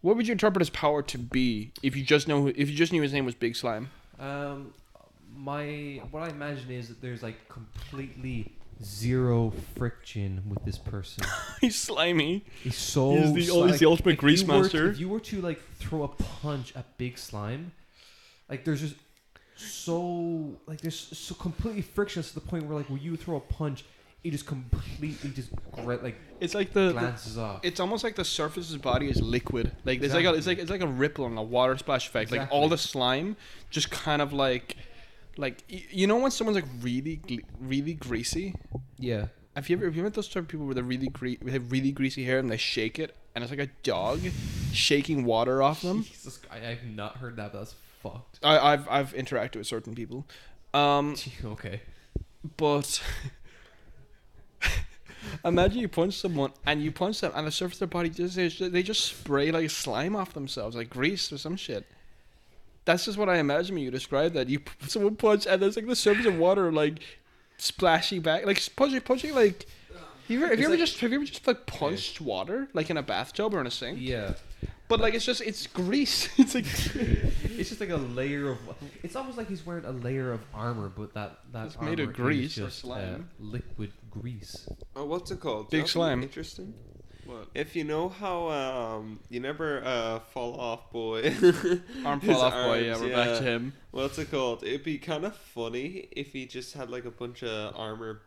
Speaker 2: What would you interpret his power to be if you just know? If you just knew his name was Big Slime.
Speaker 1: Um, my what I imagine is that there's like completely zero friction with this person.
Speaker 2: He's slimy.
Speaker 1: He's so
Speaker 2: He's the- oh, he's the ultimate
Speaker 1: if
Speaker 2: grease
Speaker 1: you were to-
Speaker 2: monster.
Speaker 1: if you were to like throw a punch at Big Slime, like there's just so like there's so completely frictionless to the point where like when you throw a punch, it just completely just gra- like
Speaker 2: It's like Uh, the.
Speaker 1: glances off.
Speaker 2: it's almost like the surface of his body is liquid. Like it's like a, it's
Speaker 1: Exactly.
Speaker 2: like it's like a ripple and a water splash effect. Like
Speaker 1: Exactly.
Speaker 2: all the slime just kind of like, like y- you know when someone's like really gl- really greasy
Speaker 1: yeah.
Speaker 2: Have you ever have you met those type of people with a really gre- with have really greasy hair and they shake it and it's like a dog shaking water off them?
Speaker 1: Jesus, I, I've not heard that, but that's fucked.
Speaker 2: I, I've I've interacted with certain people, um,
Speaker 1: okay.
Speaker 2: but imagine you punch someone and you punch them and the surface of their body just they just, they just spray like slime off themselves like grease or some shit. That's just what I imagine when you describe that. You p- someone punch and there's like the surface of water like splashing back like punching punching like. Have you ever, have
Speaker 1: It's
Speaker 2: you ever
Speaker 1: like-
Speaker 2: just have you ever just like punched water like in a bathtub or in a sink?
Speaker 1: Yeah.
Speaker 2: But like it's just it's grease. It's like
Speaker 1: It's just like a layer of. It's almost like he's wearing a layer of armor, but that that
Speaker 2: It's made of
Speaker 1: armor is
Speaker 2: grease or
Speaker 1: just,
Speaker 2: slime.
Speaker 1: uh, liquid grease.
Speaker 3: Oh, what's it called?
Speaker 2: Big
Speaker 3: That'd be
Speaker 2: slime.
Speaker 3: Interesting. If you know how um, you never uh, fall off, boy.
Speaker 2: arm
Speaker 3: His
Speaker 2: fall off boy. Yeah,
Speaker 3: arms,
Speaker 2: we're back to him.
Speaker 3: What's it called? It'd be kind of funny if he just had like a bunch of armor,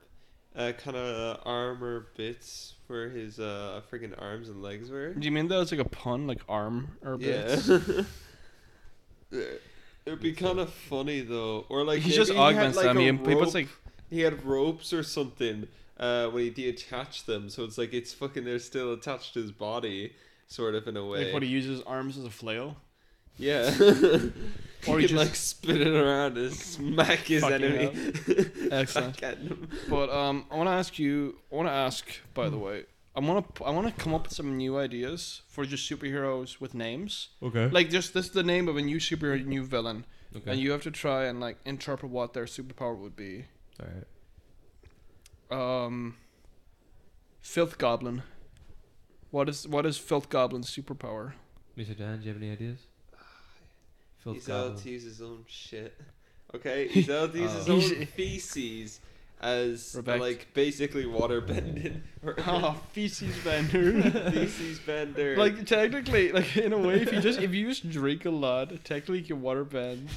Speaker 3: uh, kind of armor bits where his uh freaking arms and legs were.
Speaker 2: Do you mean that was like a pun, like arm or
Speaker 3: Yeah.
Speaker 2: bits?
Speaker 3: It'd be kind of funny though, or like
Speaker 2: he just
Speaker 3: maybe had,
Speaker 2: augments
Speaker 3: like,
Speaker 2: them.
Speaker 3: a
Speaker 2: He, he puts
Speaker 3: rope-
Speaker 2: like
Speaker 3: he had ropes or something uh, when he detached them, so it's like it's fucking they're still attached to his body, sort of in a way.
Speaker 2: like what he uses arms as a flail.
Speaker 3: yeah.
Speaker 2: Or
Speaker 3: or
Speaker 2: he
Speaker 3: he
Speaker 2: just-
Speaker 3: like spin it around and smack his
Speaker 2: Fucking
Speaker 3: enemy.
Speaker 2: Excellent.
Speaker 3: Back at him.
Speaker 2: But um, I want to ask you. I want to ask. By the way, I want to I want to come up with some new ideas for just superheroes with names.
Speaker 1: Okay.
Speaker 2: Like just this is the name of a new superhero, new villain,
Speaker 1: Okay.
Speaker 2: and you have to try and like interpret what their superpower would be.
Speaker 1: All right.
Speaker 2: Um, filth goblin. What is what is filth goblin's superpower?
Speaker 1: Mr. Dan, do you have any ideas? Filth
Speaker 3: He's
Speaker 1: goblin.
Speaker 3: able to use his own shit. Okay, he's able to use his own
Speaker 2: Oh. He's-
Speaker 3: feces as
Speaker 2: Rebecca.
Speaker 3: like basically water bending.
Speaker 2: oh, feces bender.
Speaker 3: feces bender.
Speaker 2: like technically, like in a way, if you just if you just drink a lot, technically your water bends.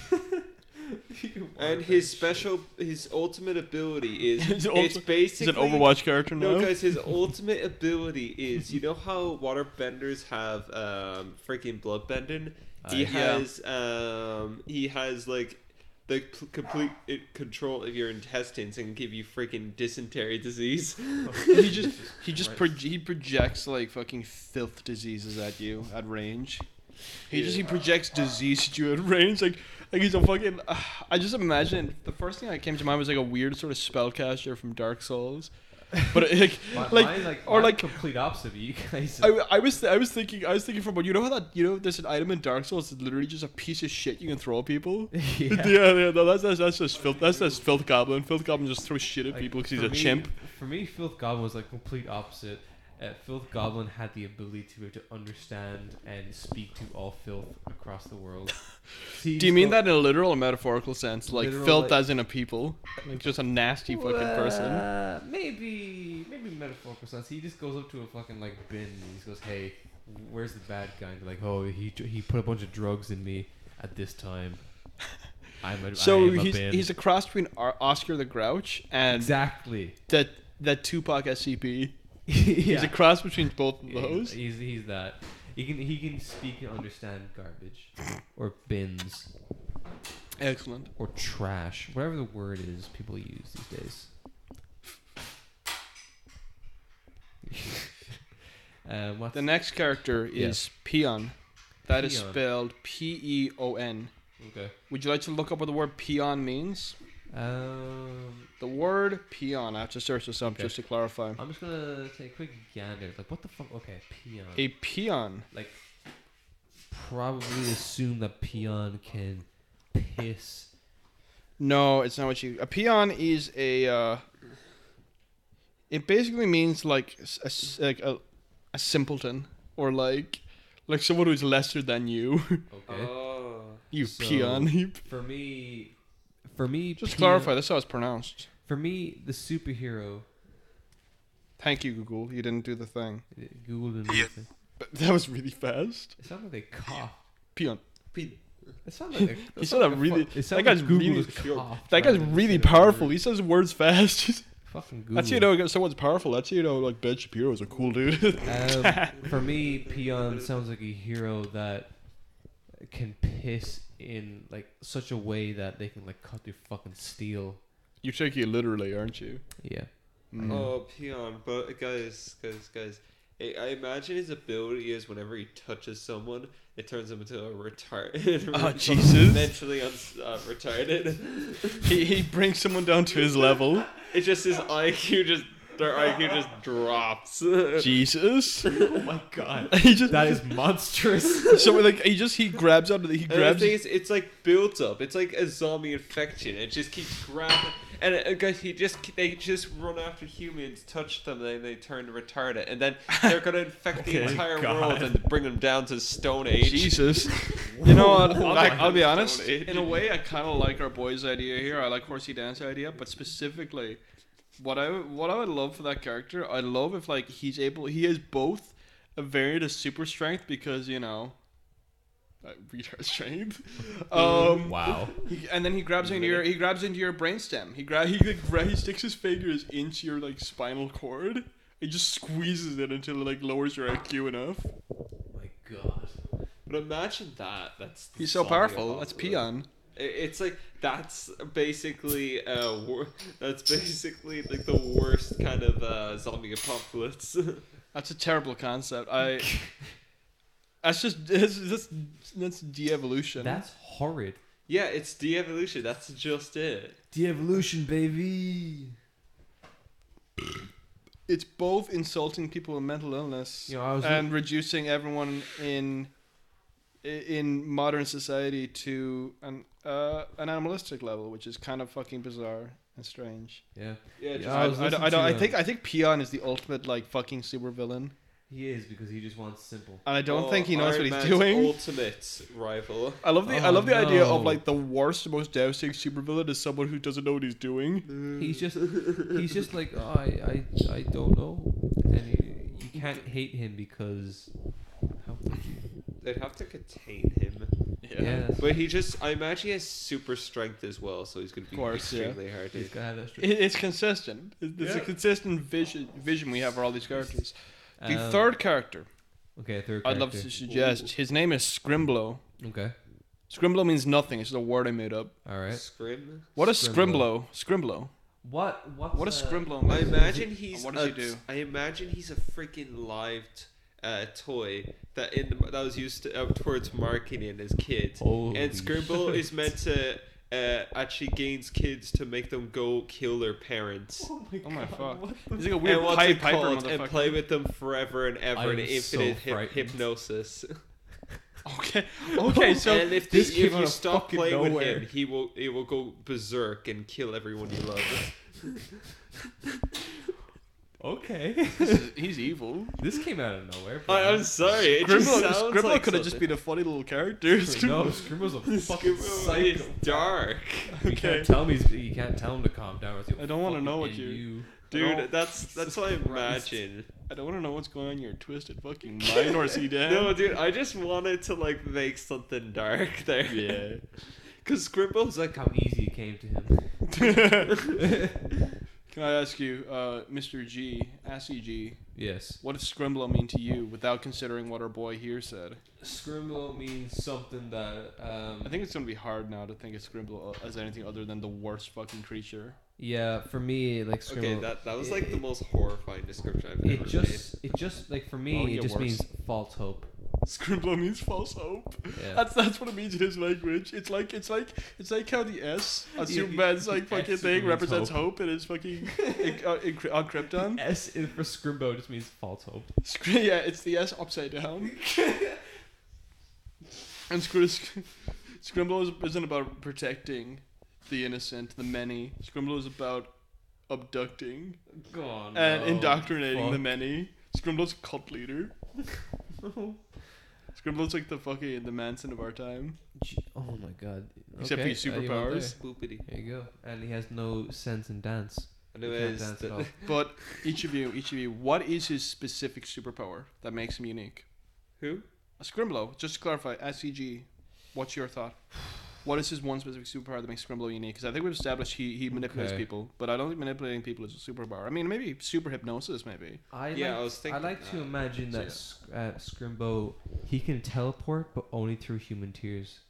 Speaker 3: And his special, his ultimate ability is
Speaker 2: His
Speaker 3: it's
Speaker 2: ulti- Is
Speaker 3: basically
Speaker 2: an Overwatch character now?
Speaker 3: No, guys, his ultimate ability is you know how waterbenders have um freaking bloodbending. He
Speaker 2: Uh, yeah.
Speaker 3: has um he has like the p- complete i- control of your intestines and give you freaking dysentery disease.
Speaker 2: he just he just
Speaker 1: Right.
Speaker 2: proj- he projects like fucking filth diseases at you at range. He just he projects disease at you at range like like he's a fucking. I just imagine the first thing that came to mind was like a weird sort of spellcaster from Dark Souls, but it, like like, or like.
Speaker 1: complete opposite of you guys.
Speaker 2: I, I was I was thinking I was thinking from what you know how that you know there's an item in Dark Souls that's literally just a piece of shit you can throw at people. Yeah, yeah, no, that's that's, that's just filth. That's just filth goblin. Filth goblin just throws shit at
Speaker 1: Like,
Speaker 2: people because he's
Speaker 1: for
Speaker 2: a
Speaker 1: me-
Speaker 2: chimp.
Speaker 1: For me, Filth Goblin was like complete opposite. Uh, filth Goblin had the ability to be able to understand and speak to all filth across the world. See,
Speaker 2: Do you mean
Speaker 1: so-
Speaker 2: that in a literal or metaphorical sense? Like
Speaker 1: Literal,
Speaker 2: filth
Speaker 1: like-
Speaker 2: as in a people? Like just a nasty fucking person?
Speaker 1: Uh, Maybe, maybe metaphorical sense. He just goes up to a fucking like bin and he just goes, "Hey, where's the bad guy?" And they're like, "Oh, he he put a bunch of drugs in me at this time. I'm a, I
Speaker 2: So
Speaker 1: am a
Speaker 2: he's,
Speaker 1: bin."
Speaker 2: he's a cross between Ar- Oscar the Grouch and
Speaker 1: exactly.
Speaker 2: that that Tupac SCP. He's
Speaker 1: yeah.
Speaker 2: a cross between both of
Speaker 1: Yeah,
Speaker 2: those.
Speaker 1: He's, he's he's that. He can he can speak and understand garbage, or bins,
Speaker 2: Excellent.
Speaker 1: or trash, whatever the word is people use these days. um, what's
Speaker 2: The next character
Speaker 1: Yeah.
Speaker 2: is Peon. That is
Speaker 1: Peon.
Speaker 2: spelled P E O N.
Speaker 1: okay?
Speaker 2: Would you like to look up what the word peon means?
Speaker 1: Um,
Speaker 2: The word peon, I have to search this up
Speaker 1: Okay.
Speaker 2: just to clarify.
Speaker 1: I'm just gonna take a quick gander. Like, what the fuck? Okay, peon.
Speaker 2: A peon.
Speaker 1: like, probably assume that peon can piss.
Speaker 2: No, it's not what you. A peon is a. Uh, it basically means like s- a, s- like a, a simpleton or like like someone who's lesser than you.
Speaker 1: Okay.
Speaker 3: oh.
Speaker 2: you
Speaker 1: So-
Speaker 2: peon. You-
Speaker 1: for me, for me,
Speaker 2: Just
Speaker 1: peon-
Speaker 2: clarify. That's how it's pronounced.
Speaker 1: For me, the superhero
Speaker 2: Thank you, Google. You didn't do the thing.
Speaker 1: uh, Google didn't do anything.
Speaker 2: But that was really fast.
Speaker 1: It sounded like they coughed.
Speaker 2: Peon.
Speaker 1: It sounded like
Speaker 2: He said that really.
Speaker 1: it
Speaker 2: that
Speaker 1: sounded
Speaker 2: guy's
Speaker 1: like Google
Speaker 2: really.
Speaker 1: was coughed
Speaker 2: That guy's
Speaker 1: rather than
Speaker 2: really
Speaker 1: said a
Speaker 2: powerful.
Speaker 1: word.
Speaker 2: He says words fast.
Speaker 1: Fucking Google.
Speaker 2: That's how you know someone's powerful. That's how you know like Ben Shapiro's a cool dude.
Speaker 1: Um, for me, Peon sounds like a hero that can piss in like such a way that they can like cut through fucking steel.
Speaker 2: You're taking it literally, aren't you?
Speaker 1: Yeah.
Speaker 2: Mm.
Speaker 3: Oh, peon. But guys, guys, guys. I I imagine his ability is whenever he touches someone, it turns him into a retarded.
Speaker 2: Oh, Jesus.
Speaker 3: Mentally uns- uh, retarded.
Speaker 2: he, he brings someone down to his level.
Speaker 3: It's just his IQ just their IQ just drops.
Speaker 2: Jesus.
Speaker 1: Oh my god.
Speaker 2: he just
Speaker 1: That is monstrous.
Speaker 2: so like he just he grabs out of the he
Speaker 3: And the
Speaker 2: grabs
Speaker 3: thing is, it's like built up. It's like a zombie infection. It just keeps grabbing. And uh, guys, he just they just run after humans, touch them, and they turn retarded, and then they're gonna infect the
Speaker 1: Okay,
Speaker 3: entire
Speaker 1: God.
Speaker 3: world and bring them down to Stone Age.
Speaker 2: Jesus. you know what? I'll,
Speaker 3: Back
Speaker 2: be- I'll be
Speaker 3: to
Speaker 2: honest.
Speaker 3: Stone Age.
Speaker 2: In a way, I kind of like our boy's idea here. I like horsey dance idea, but specifically, what I what I would love for that character, I love if like he's able. He has both a variant of super strength because you know. Uh, retard strength. Um,
Speaker 1: wow.
Speaker 2: He, and then he grabs into your he grabs into your brainstem. He gra- he like, gra- he sticks his fingers into your like spinal cord. He just squeezes it until it like lowers your IQ enough.
Speaker 1: my god.
Speaker 3: But imagine that. That's the
Speaker 2: He's so
Speaker 3: zombie
Speaker 2: powerful. That's
Speaker 3: apocalypse.
Speaker 2: peon.
Speaker 3: I- It's like that's basically uh wor- that's basically like the worst kind of uh, zombie apocalypse.
Speaker 2: That's a terrible concept. I. That's just that's that's, that's de-evolution.
Speaker 1: That's horrid.
Speaker 3: yeah, it's de-evolution. That's just it.
Speaker 1: De-evolution, baby.
Speaker 2: it's both insulting people with mental illness
Speaker 1: You know, I was
Speaker 2: and reducing everyone in i- in modern society to an uh, an animalistic level, which is kind of fucking bizarre and strange.
Speaker 1: Yeah.
Speaker 3: Yeah, just,
Speaker 1: Yeah,
Speaker 2: I,
Speaker 1: I
Speaker 2: I,
Speaker 1: was
Speaker 2: don't- I,
Speaker 1: listening
Speaker 2: don't-
Speaker 1: to,
Speaker 2: I
Speaker 1: um,
Speaker 2: think I think Peon is the ultimate like fucking supervillain,
Speaker 1: He is because he just wants simple.
Speaker 2: and I don't
Speaker 3: Oh,
Speaker 2: think he knows
Speaker 3: Iron
Speaker 2: what he's
Speaker 3: Man's
Speaker 2: doing.
Speaker 3: Ultimate rival.
Speaker 2: I love the I
Speaker 1: Oh,
Speaker 2: love the idea of
Speaker 1: no.
Speaker 2: like the worst, most devastating supervillain is someone who doesn't know what he's doing.
Speaker 1: He's just he's just like "Oh, I I I don't know, and he, you can't hate him because how could you?
Speaker 3: They'd have to contain him.
Speaker 1: Yeah. that's-
Speaker 3: But he just, I imagine he has super strength as well, so he's going to be
Speaker 2: course, yeah.
Speaker 3: extremely hard to.
Speaker 1: he's gotta have that str-
Speaker 2: It, it's consistent. It- It's a
Speaker 3: Yeah.
Speaker 2: consistent vision vision we have for all these characters. The
Speaker 1: Um,
Speaker 2: third character,
Speaker 1: Okay, third.
Speaker 2: I'd love
Speaker 1: character.
Speaker 2: to suggest. His name is Scrimblow.
Speaker 1: Okay.
Speaker 2: Scrimblow means nothing. It's just a word I made up.
Speaker 1: All right.
Speaker 3: Scrim?
Speaker 2: What is
Speaker 1: Scrimblow.
Speaker 2: Scrimblow? Scrimblow.
Speaker 1: What? What's
Speaker 2: What is
Speaker 1: uh,
Speaker 2: Scrimblow?
Speaker 3: I
Speaker 2: mean?
Speaker 3: imagine he's.
Speaker 2: What does
Speaker 3: a,
Speaker 2: he do?
Speaker 3: I imagine he's a freaking live t- uh, toy that in the, that was used to, uh, towards marketing as kids.
Speaker 1: Holy
Speaker 3: and Scribble
Speaker 1: shit.
Speaker 3: is meant to uh, actually gains kids to make them go kill their parents.
Speaker 2: Oh my fuck. He's like a
Speaker 3: and
Speaker 2: weird
Speaker 3: what's
Speaker 2: Pied
Speaker 3: it
Speaker 2: Piper
Speaker 3: called? And
Speaker 2: motherfucker.
Speaker 3: play with them forever and ever
Speaker 1: I
Speaker 3: in
Speaker 1: am so
Speaker 3: infinite hyp-
Speaker 1: frightened.
Speaker 3: hypnosis.
Speaker 2: Okay. Okay. So
Speaker 3: and if,
Speaker 1: this
Speaker 3: the-
Speaker 1: came
Speaker 3: if
Speaker 1: out
Speaker 3: you
Speaker 1: of
Speaker 3: stop
Speaker 1: fucking
Speaker 3: playing
Speaker 1: nowhere.
Speaker 3: with him, he will he will go berserk and kill everyone you love.
Speaker 1: Okay.
Speaker 2: this is, he's evil.
Speaker 1: this came out of nowhere.
Speaker 3: I,
Speaker 1: bro.
Speaker 3: I'm sorry. It just
Speaker 2: Scrimblow,
Speaker 3: sounds
Speaker 2: Scrimblow
Speaker 3: like
Speaker 2: could have just
Speaker 3: something.
Speaker 2: been a funny little character.
Speaker 1: No,
Speaker 2: Scrimblow-
Speaker 1: Scribble's a fucking
Speaker 3: Scribble is
Speaker 1: psycho.
Speaker 3: dark,
Speaker 1: You can't tell me. he's- You can't tell him to calm down. or he'll
Speaker 2: I don't wanna
Speaker 1: fucking
Speaker 2: know what
Speaker 1: end
Speaker 2: you-
Speaker 3: dude.
Speaker 2: No.
Speaker 3: That's that's what I imagine.
Speaker 2: I don't want to know what's going on in your twisted fucking mind, or see Dan.
Speaker 3: No, dude, I just wanted to like make something dark there.
Speaker 2: Yeah.
Speaker 3: Cause
Speaker 1: It's
Speaker 3: Scribble's like
Speaker 1: like how easy it came to him.
Speaker 2: Can I ask you, uh, Mr. G, Assy G,
Speaker 1: yes.
Speaker 2: what does Scrimblow mean to you without considering what our boy here said?
Speaker 1: Scribble means something that. Um,
Speaker 2: I think it's gonna be hard now to think of Scrimblow as anything other than the worst fucking creature.
Speaker 1: Yeah, for me, like Scribble.
Speaker 3: okay, that that was like the
Speaker 1: it-
Speaker 3: most horrifying description I've ever
Speaker 1: It just, it just like for
Speaker 2: Well,
Speaker 1: me,
Speaker 2: yeah,
Speaker 1: it just
Speaker 2: worse.
Speaker 1: means false hope.
Speaker 2: Scrimblow means false hope.
Speaker 1: Yeah.
Speaker 2: That's that's what it means in his language. It's like it's like it's like how the S on
Speaker 1: Yeah,
Speaker 2: Superman's like
Speaker 1: S
Speaker 2: fucking
Speaker 1: means
Speaker 2: thing represents
Speaker 1: hope.
Speaker 2: hope, and it's fucking in, uh, in, on Krypton.
Speaker 1: S in for Scrimbo just means false hope.
Speaker 2: Screw- Yeah, it's the S upside down. and screw, sc- Scrimblow is- isn't about protecting the innocent, the many. Scrimblow is about abducting
Speaker 1: Go on.
Speaker 2: and indoctrinating the
Speaker 1: Fuck.
Speaker 2: many. Scrimblow's a cult leader. Scrimblow's like the fucking the Manson of our time.
Speaker 1: Gee, Oh my god.
Speaker 2: Except for
Speaker 1: Okay,
Speaker 2: your
Speaker 1: uh, you went
Speaker 2: superpowers.
Speaker 3: boopity.
Speaker 1: There. There you go. And he has no sense in dance. He can't
Speaker 3: Anyways,
Speaker 1: dance at
Speaker 3: the-
Speaker 1: all.
Speaker 2: But each of you, each of you, what is his specific superpower that makes him unique?
Speaker 3: who?
Speaker 2: Scrimblow, just to clarify, SCG, what's your thought? What is his one specific superpower that makes Scrimblow unique? Because I think we've established he, he manipulates
Speaker 1: Okay.
Speaker 2: people, but I don't think manipulating people is a superpower. I mean, maybe super hypnosis, maybe.
Speaker 1: I
Speaker 3: yeah,
Speaker 1: like,
Speaker 3: I was
Speaker 1: I
Speaker 3: thinking.
Speaker 1: like to
Speaker 3: that.
Speaker 1: imagine
Speaker 2: So
Speaker 1: that
Speaker 2: yeah.
Speaker 1: Sc- uh, Scrimbo, he can teleport, but only through human tears.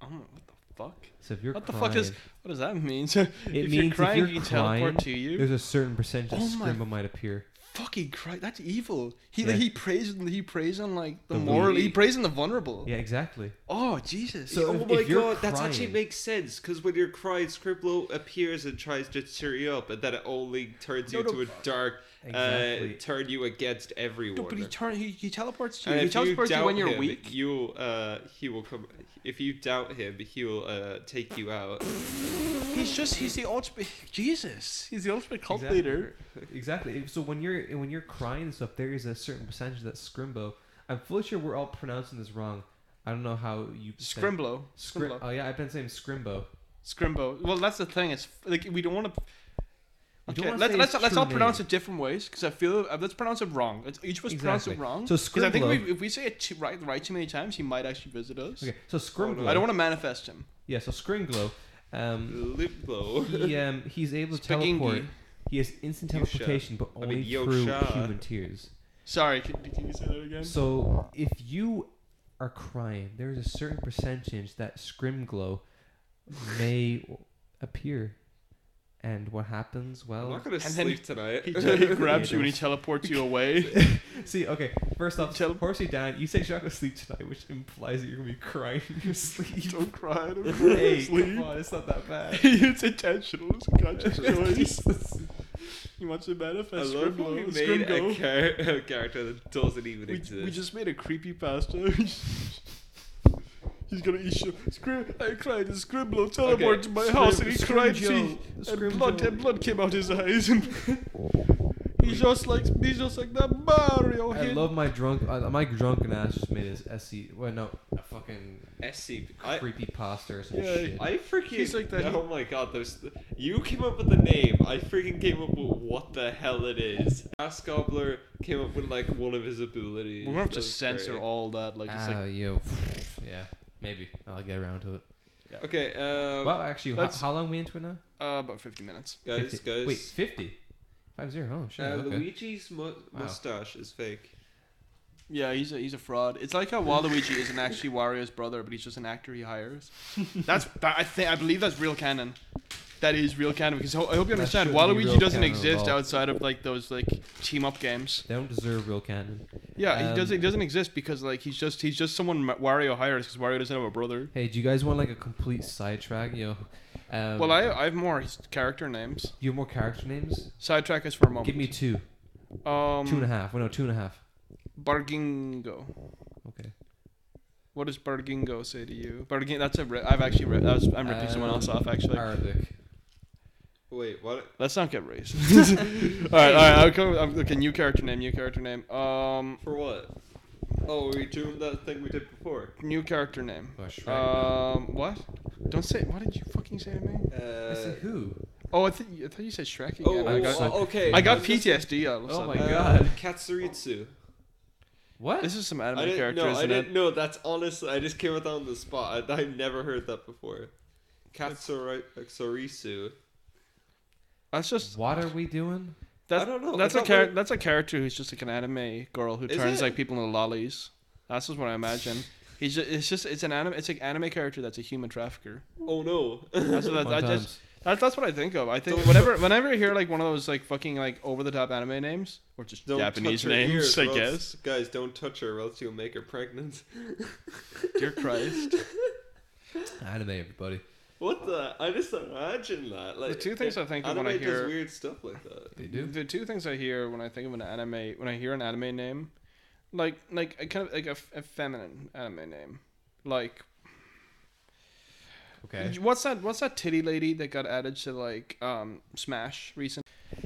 Speaker 2: I don't know, what the fuck?
Speaker 1: So if you're
Speaker 2: What the
Speaker 1: crying,
Speaker 2: fuck is- What does that mean? So if
Speaker 1: means
Speaker 2: you're
Speaker 1: if
Speaker 2: crying,
Speaker 1: you're
Speaker 2: he can
Speaker 1: crying,
Speaker 2: teleport to you.
Speaker 1: there's a certain percentage that
Speaker 2: Oh my-
Speaker 1: Scrimbo might appear.
Speaker 2: Fucking cry! That's evil. He
Speaker 1: Yeah.
Speaker 2: like, he preys on he preys on like the,
Speaker 1: The
Speaker 2: moral. He
Speaker 3: weak.
Speaker 2: preys on the vulnerable.
Speaker 1: Yeah, exactly.
Speaker 2: Oh Jesus!
Speaker 1: So
Speaker 3: oh
Speaker 1: if-
Speaker 3: my
Speaker 1: if you're
Speaker 3: god, that's actually
Speaker 1: crying-
Speaker 3: makes sense. Because when you're crying, Scribble appears and tries to cheer you up, and then it only turns
Speaker 2: No,
Speaker 3: you
Speaker 2: no,
Speaker 3: to a dark,
Speaker 1: Exactly.
Speaker 3: uh, turn you against everyone.
Speaker 2: No, but he turn he, he teleports to
Speaker 3: And
Speaker 2: you. He
Speaker 3: if you
Speaker 2: teleports you when
Speaker 3: doubt
Speaker 2: you're
Speaker 3: him,
Speaker 2: weak.
Speaker 3: You, uh, he will come. If you doubt him, he will uh, take you out.
Speaker 2: He's just he's the ultimate Jesus. He's the ultimate cult
Speaker 1: Exactly.
Speaker 2: leader.
Speaker 1: Exactly. So when you're when you're crying and stuff, there is a certain percentage that Scrimbo. I'm fully sure we're all pronouncing this wrong. I don't know how you say-
Speaker 2: Scrimblow.
Speaker 1: Scrim.
Speaker 2: Scrimblow.
Speaker 1: Oh yeah, I've been saying Scrimbo.
Speaker 2: Scrimbo. Well, that's the thing. It's like we don't want to.
Speaker 1: We don't
Speaker 2: Okay,
Speaker 1: wanna
Speaker 2: let's
Speaker 1: say
Speaker 2: let's,
Speaker 1: his
Speaker 2: let's
Speaker 1: true
Speaker 2: all pronounce
Speaker 1: name.
Speaker 2: it different ways because I feel uh, let's pronounce it wrong. Let's each of us pronounce it
Speaker 1: Exactly.
Speaker 2: wrong.
Speaker 1: So
Speaker 2: 'Cause I think
Speaker 1: Scrimblow-
Speaker 2: we, if we say it too, right right too many times, he might actually visit us.
Speaker 1: Okay, so Scrimbo.
Speaker 2: I don't want to manifest him.
Speaker 1: Yeah, so Scrimglow. Um,
Speaker 3: Lip blow.
Speaker 1: he um he's able to
Speaker 2: Spagingi.
Speaker 1: teleport. He has instant
Speaker 3: Yosha.
Speaker 1: teleportation, but
Speaker 3: I mean,
Speaker 1: only through
Speaker 3: Yosha.
Speaker 1: human tears.
Speaker 2: Sorry, can, can you say that again?
Speaker 1: So if you are crying, there is a certain percentage that Scrimglow may appear. And what happens?
Speaker 3: I'm
Speaker 1: Well,
Speaker 3: not gonna
Speaker 2: then
Speaker 3: sleep tonight.
Speaker 2: He, he grabs you and he teleports you away.
Speaker 1: See, okay. First off,
Speaker 2: Tell-
Speaker 1: horsey Dan, you said you're not gonna sleep tonight, which implies that you're gonna be crying in your sleep.
Speaker 2: don't cry. Don't cry.
Speaker 1: hey,
Speaker 2: sleep.
Speaker 1: come on, it's not that bad.
Speaker 2: it's intentional. It's a conscious choice.
Speaker 1: Jesus.
Speaker 2: He wants to
Speaker 3: I
Speaker 2: manifest
Speaker 3: love how we
Speaker 2: Scrimblow.
Speaker 3: made a,
Speaker 2: Scrimblow.
Speaker 3: char- a character that doesn't even
Speaker 2: We,
Speaker 3: exist.
Speaker 2: we just made a creepy pasta. He's gonna eat shit. Scrim- I cried and Scrimblow teleported
Speaker 3: Okay,
Speaker 2: to my
Speaker 1: Scrim-
Speaker 2: house and he cried
Speaker 1: Scrimjoe.
Speaker 2: see, and blood,
Speaker 1: Scrimjoe.
Speaker 2: and blood came out his eyes and he's just like he's just like that Mario
Speaker 1: I
Speaker 2: hit.
Speaker 1: love my drunk. Uh, my drunken ass just made his SC. Well, no, a fucking
Speaker 3: SCP. I,
Speaker 1: creepy pasta or some
Speaker 2: Yeah,
Speaker 1: shit.
Speaker 3: I freaking.
Speaker 2: He's like that-
Speaker 3: Oh my god, there's. You came up with the name. I freaking came up with what the hell it is. Ass Gobbler came up with like one of his abilities.
Speaker 2: We're gonna have
Speaker 3: That
Speaker 2: to
Speaker 3: was
Speaker 2: censor
Speaker 3: great.
Speaker 2: all that. Like it's
Speaker 1: Ah,
Speaker 2: like
Speaker 1: yo, yeah. Maybe I'll get around to it.
Speaker 3: Okay, um,
Speaker 1: well, actually, how,
Speaker 2: that's-
Speaker 1: how long we into it now?
Speaker 2: Uh, about 50 minutes.
Speaker 3: guys,
Speaker 1: 50.
Speaker 3: guys.
Speaker 1: Wait, 50? Five zero. Oh shit.
Speaker 3: uh,
Speaker 1: okay.
Speaker 3: Luigi's mu- mustache is fake.
Speaker 2: Yeah, he's a, he's a fraud. It's like how Waluigi isn't actually Wario's brother, but he's just an actor he hires. That's that, I think I believe that's real canon. That is real canon because ho- I hope you
Speaker 1: That
Speaker 2: understand
Speaker 1: shouldn't be real
Speaker 2: Waluigi doesn't
Speaker 1: canon at
Speaker 2: exist
Speaker 1: all.
Speaker 2: outside of like those like team up games.
Speaker 1: They don't deserve real canon.
Speaker 2: Yeah, he
Speaker 1: Um,
Speaker 2: does. He doesn't exist because like he's just he's just someone Ma- Wario hires because Wario doesn't have a brother.
Speaker 1: Hey, do you guys want like a complete sidetrack? You know, um,
Speaker 2: well, I I have more his character names.
Speaker 1: you have more character names.
Speaker 2: Sidetrack us for a moment.
Speaker 1: Give me two,
Speaker 2: um
Speaker 1: two and a half. Well, no, two and a half.
Speaker 2: Bargingo.
Speaker 1: Okay.
Speaker 2: What does Bargingo say to you? Barging. That's a. Re- I've actually. Re- that was, I'm ripping someone
Speaker 1: Um,
Speaker 2: else off actually.
Speaker 1: Arabic.
Speaker 3: Wait, what?
Speaker 2: Let's not get racist. all right, all right. I'll come, I'm looking. New character name. New character name. Um,
Speaker 3: For what? Oh, are we doing that thing we did before?
Speaker 2: new character name.
Speaker 1: Oh, Shrek.
Speaker 2: Um, what? Don't say. What did you fucking say to me?
Speaker 1: I
Speaker 3: Uh,
Speaker 1: said who?
Speaker 2: Oh, I, th- I thought you said Shrek again.
Speaker 3: oh,
Speaker 2: I
Speaker 1: I
Speaker 2: got,
Speaker 1: got-
Speaker 3: oh, okay.
Speaker 2: I got
Speaker 3: I'm just-
Speaker 2: PTSD. All of a
Speaker 1: Oh
Speaker 2: sudden.
Speaker 1: my
Speaker 3: uh,
Speaker 1: God.
Speaker 3: Katsuritsu.
Speaker 1: What?
Speaker 2: This is some
Speaker 3: I
Speaker 2: anime
Speaker 3: didn't
Speaker 2: character,
Speaker 3: know. I
Speaker 2: isn't
Speaker 3: didn't
Speaker 2: it?
Speaker 3: know. That's honestly, I just came up on the spot. I, I never heard that before. Katsuri- Katsurisu.
Speaker 2: That's just.
Speaker 1: what are we doing?
Speaker 2: That's,
Speaker 3: I don't know.
Speaker 2: That's
Speaker 3: I
Speaker 2: a
Speaker 3: thought
Speaker 2: character.
Speaker 3: we-
Speaker 2: That's a character who's just like an anime girl who
Speaker 3: Is
Speaker 2: turns
Speaker 3: it?
Speaker 2: like people into lollies. That's just what I imagine. He's just, it's just it's an anime. It's like anime character that's a human trafficker.
Speaker 3: Oh no.
Speaker 2: That's
Speaker 1: Fun
Speaker 2: what that, I just
Speaker 1: times.
Speaker 2: That's, that's what I think of. I think
Speaker 3: Don't-
Speaker 2: whenever whenever I hear like one of those like fucking like over the top anime names or just
Speaker 3: Don't
Speaker 2: Japanese
Speaker 3: touch her
Speaker 2: names,
Speaker 3: ears,
Speaker 2: I
Speaker 3: or else-
Speaker 2: guess.
Speaker 3: Guys, don't touch her, or else you'll make her pregnant.
Speaker 2: Dear Christ.
Speaker 1: Anime, everybody.
Speaker 3: What the? I just imagine that. Like
Speaker 2: two things I think of when I
Speaker 3: anime does
Speaker 2: hear-
Speaker 3: weird stuff like that.
Speaker 1: They do.
Speaker 2: The two things I hear when I think of an anime when I hear an anime name, like like a kind of like a, f- a feminine anime name, like
Speaker 1: Okay.
Speaker 2: what's that what's that titty lady that got added to like um Smash recently?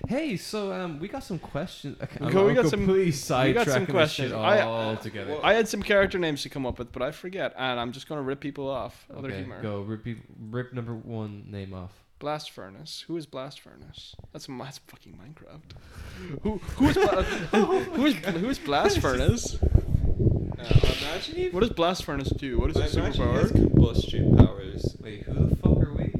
Speaker 1: Hey, so um, we got some questions. Okay,
Speaker 2: We
Speaker 1: I'm-
Speaker 2: got- we
Speaker 1: I'm
Speaker 2: got some-
Speaker 1: completely
Speaker 2: we got some
Speaker 1: sidetracking this shit
Speaker 2: questions. I-
Speaker 1: all together.
Speaker 3: well,
Speaker 2: I had some character names to come up with, but I forget, and I'm just gonna rip people off. Other
Speaker 1: okay,
Speaker 2: humor.
Speaker 1: go rip, you- rip number one name off.
Speaker 2: Blast Furnace. Who is Blast Furnace? That's mi- that's fucking Minecraft. Who who is Bla- who is who is Blast Furnace?
Speaker 3: Uh, imagine if
Speaker 2: What does Blast Furnace do? What is
Speaker 3: I
Speaker 2: his
Speaker 3: imagine he has
Speaker 2: superpower?
Speaker 3: combustion powers.
Speaker 1: Wait, who the fuck are we?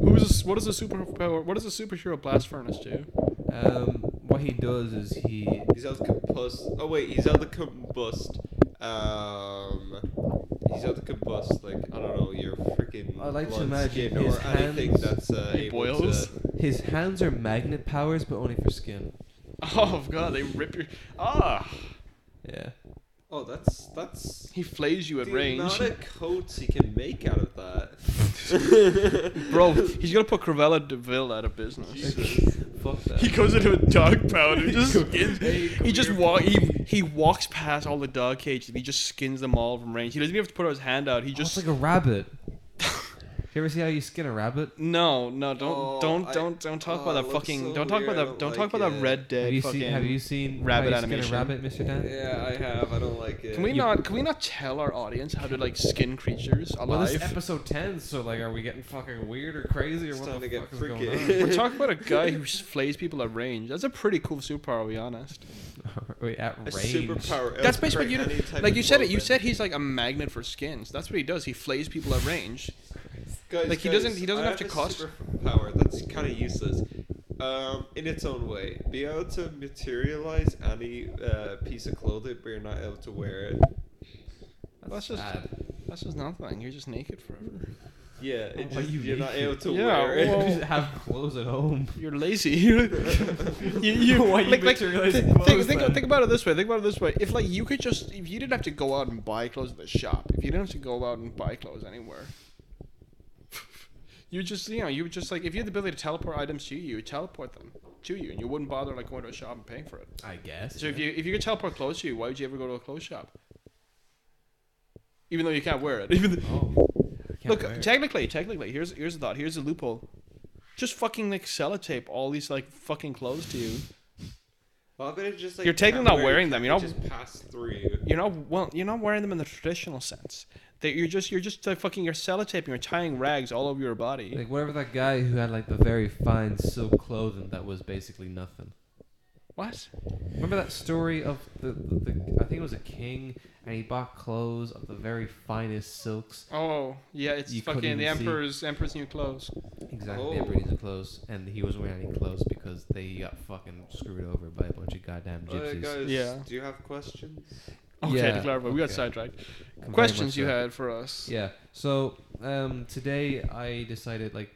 Speaker 2: Who is this, what is a superpower? What does a superhero Blast Furnace do?
Speaker 1: Um, what he does is he
Speaker 3: He's out to combust. Oh wait, he's out to combust. Um, he's out to combust. Like I don't know, your freaking.
Speaker 1: I like to
Speaker 3: blood,
Speaker 1: imagine
Speaker 3: skin,
Speaker 1: his
Speaker 3: or anything
Speaker 1: hands-
Speaker 3: that's uh,
Speaker 2: He
Speaker 3: able
Speaker 2: boils.
Speaker 3: To,
Speaker 1: his hands are magnet powers, but only for skin.
Speaker 2: Oh god, they rip your ah.
Speaker 1: Yeah.
Speaker 3: oh, that's that's.
Speaker 2: He flays you at
Speaker 3: the
Speaker 2: range,
Speaker 3: amount of coats he can make out of that.
Speaker 2: bro. He's gonna put Cruella Deville out of business.
Speaker 3: Jesus.
Speaker 1: Fuck that.
Speaker 2: He goes into a dog pound and just
Speaker 1: goes,
Speaker 2: skins.
Speaker 1: "Hey,
Speaker 2: he
Speaker 1: come
Speaker 2: just
Speaker 1: here,
Speaker 2: walk. He, he walks past all the dog cages. and He just skins them all from range. He doesn't even have to put out his hand out. He
Speaker 1: just like
Speaker 2: just
Speaker 1: a rabbit. you ever see how you skin a rabbit?
Speaker 2: no, no, don't,
Speaker 3: Oh,
Speaker 2: don't,
Speaker 3: I-
Speaker 2: don't, don't talk
Speaker 3: oh,
Speaker 2: about
Speaker 3: it
Speaker 2: that
Speaker 3: looks
Speaker 2: fucking.
Speaker 3: so
Speaker 2: don't talk
Speaker 3: weird,
Speaker 2: about
Speaker 3: I
Speaker 2: that.
Speaker 3: don't
Speaker 2: Don't
Speaker 3: like
Speaker 2: talk about
Speaker 3: it.
Speaker 2: that Red Dead.
Speaker 1: Have you
Speaker 2: fucking,
Speaker 1: seen? Have you seen
Speaker 2: rabbit
Speaker 1: how you
Speaker 2: animation.
Speaker 1: Skin a rabbit, Mister Dan.
Speaker 3: yeah, I have. I don't like it.
Speaker 2: Can we
Speaker 1: You-
Speaker 2: not? Can we not tell our audience how to like skin creatures alive?
Speaker 1: Well, this is episode ten, so like, are we getting fucking weird or crazy or
Speaker 3: It's
Speaker 1: what
Speaker 3: time
Speaker 1: the
Speaker 3: to get
Speaker 1: fuck is going
Speaker 3: freaky.
Speaker 1: on?
Speaker 2: We're talking about a guy who s- flays people at range. That's a pretty cool superpower, to be honest.
Speaker 1: Wait, at
Speaker 3: A
Speaker 1: range.
Speaker 3: superpower.
Speaker 2: That's
Speaker 3: outcrack
Speaker 2: basically what
Speaker 3: any
Speaker 2: you
Speaker 3: type
Speaker 2: like.
Speaker 3: of
Speaker 2: You said it. You
Speaker 3: weapon.
Speaker 2: said he's like a magnet for skins. That's what he does. He flays people at range.
Speaker 3: Guys,
Speaker 2: Like, he
Speaker 3: guys,
Speaker 2: doesn't- he doesn't
Speaker 3: I
Speaker 2: have to
Speaker 3: a
Speaker 2: cost-
Speaker 3: superpower that's kind of useless, um, in its own way. Be able to materialize any uh, piece of clothing, but you're not able to wear it.
Speaker 2: That's just-
Speaker 1: sad.
Speaker 2: That's just nothing. You're just naked forever.
Speaker 3: Yeah,
Speaker 1: Why
Speaker 3: it
Speaker 1: are
Speaker 3: just,
Speaker 1: you
Speaker 3: you are not
Speaker 1: naked?
Speaker 3: able to
Speaker 2: Oh, Yeah,
Speaker 3: wear it.
Speaker 2: well-
Speaker 1: Just have clothes at home.
Speaker 2: You're lazy. you, you,
Speaker 1: Why you
Speaker 2: like, like,
Speaker 1: materialize
Speaker 2: thi-
Speaker 1: clothes
Speaker 2: think, think,
Speaker 1: then?
Speaker 2: think about it this way. Think about it this way. If like you could just, if you didn't have to go out and buy clothes at the shop, if you didn't have to go out and buy clothes anywhere, you just, you know, you would just like, if you had the ability to teleport items to you, you would teleport them to you, and you wouldn't bother like going to a shop and paying for it.
Speaker 1: I guess.
Speaker 2: So if you if you could teleport clothes to you, why would you ever go to a clothes shop? Even though you can't wear it. Even though,
Speaker 1: Oh, I can't
Speaker 2: look,
Speaker 1: wear it.
Speaker 2: technically, technically, here's here's the thought. Here's a loophole. Just fucking like sellotape all these like fucking clothes to you.
Speaker 3: Well, but it's just like
Speaker 2: You're technically
Speaker 3: can't
Speaker 2: not
Speaker 3: wear it,
Speaker 2: wearing them, you
Speaker 3: it
Speaker 2: know?
Speaker 3: Just pass through.
Speaker 2: You're not well. You're not wearing them in the traditional sense. That you're just you're just like fucking you're sellotaping. You're tying rags all over your body.
Speaker 1: Like whatever that guy who had like the very fine silk clothing that was basically nothing.
Speaker 2: What?
Speaker 1: Remember that story of the, the, the I think it was a king, and he bought clothes of the very finest silks.
Speaker 2: Oh, yeah, it's
Speaker 1: You couldn't
Speaker 2: fucking the
Speaker 1: even see.
Speaker 2: Emperor's Emperor's New Clothes.
Speaker 1: Exactly,
Speaker 3: Oh.
Speaker 1: oh. everybody needs clothes, and he wasn't wearing any clothes because they got fucking screwed over by a bunch of goddamn
Speaker 3: Uh,
Speaker 1: gypsies.
Speaker 3: guys,
Speaker 2: Yeah.
Speaker 3: do you have questions?
Speaker 2: Okay,
Speaker 1: Yeah,
Speaker 2: to clarify, we got
Speaker 1: okay.
Speaker 2: sidetracked.
Speaker 1: Very
Speaker 2: Questions
Speaker 1: much
Speaker 2: you
Speaker 1: so.
Speaker 2: had for us?
Speaker 1: Yeah. So um, today I decided like,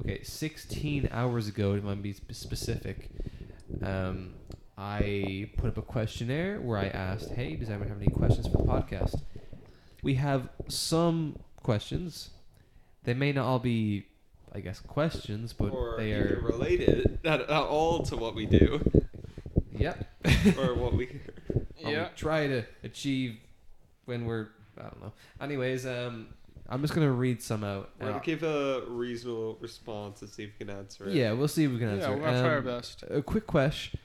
Speaker 1: okay, 16 hours ago, if I'm gonna be sp- specific, um, I put up a questionnaire where I asked, "Hey, does anyone have any questions for the podcast?" We have some questions. They may not all be, I guess, questions, but
Speaker 3: or
Speaker 1: they
Speaker 3: even
Speaker 1: are.
Speaker 3: related at, at all to what we do
Speaker 1: Yep.
Speaker 3: or what we.
Speaker 1: what we try to achieve when we're I don't know. Anyways, um, I'm just gonna read some out.
Speaker 3: We're gonna
Speaker 1: Uh,
Speaker 3: give a reasonable response and see if we can answer it.
Speaker 1: yeah, we'll see if we can answer.
Speaker 2: yeah,
Speaker 1: it.
Speaker 2: we're gonna try our
Speaker 1: Um,
Speaker 2: best.
Speaker 1: A quick question: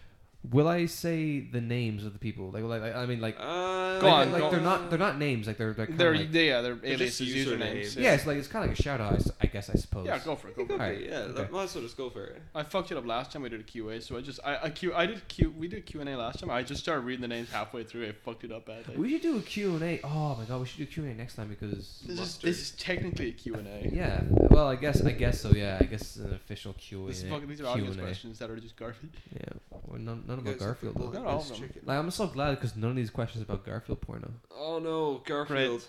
Speaker 1: Will I say the names of the people? Like, like I mean, like,
Speaker 3: Uh,
Speaker 2: Go
Speaker 1: like,
Speaker 2: on,
Speaker 1: like
Speaker 2: go
Speaker 1: they're
Speaker 2: on.
Speaker 1: not they're not names. Like they're they're kind
Speaker 2: They're
Speaker 1: like,
Speaker 2: they- yeah, they're
Speaker 3: They're just
Speaker 2: aliases,
Speaker 3: usernames.
Speaker 2: usernames.
Speaker 1: yeah, it's like it's kind of like a shout out. I s- I, guess I suppose.
Speaker 2: Yeah, go for it. Go
Speaker 3: It
Speaker 2: for
Speaker 3: could
Speaker 2: it.
Speaker 1: Alright,
Speaker 3: be, yeah,
Speaker 1: okay.
Speaker 3: let- might as well just go for it.
Speaker 2: I fucked it up last time we did a QA, so I just I, I Q I did Q we did Q and A last time. I just started reading the names halfway through. I fucked it up badly.
Speaker 1: We should do a Q and A. Oh my god, we should do Q and A next time because
Speaker 2: this is
Speaker 3: mustard.
Speaker 2: this is technically a Q and A.
Speaker 1: yeah. Well, I guess I guess so. Yeah, I guess it's an official Q
Speaker 2: This is
Speaker 1: and A.
Speaker 2: fucking, these are audience
Speaker 1: Q&A.
Speaker 2: questions that are just garbage.
Speaker 1: Yeah, well, none, none
Speaker 3: You
Speaker 1: about
Speaker 3: guys have
Speaker 1: Garfield.
Speaker 3: to
Speaker 1: Though.
Speaker 3: bullet
Speaker 2: Not all
Speaker 3: this
Speaker 2: of them.
Speaker 3: chicken.
Speaker 1: Like, I'm so glad because none of these questions about Garfield porno.
Speaker 3: Oh no, Garfield.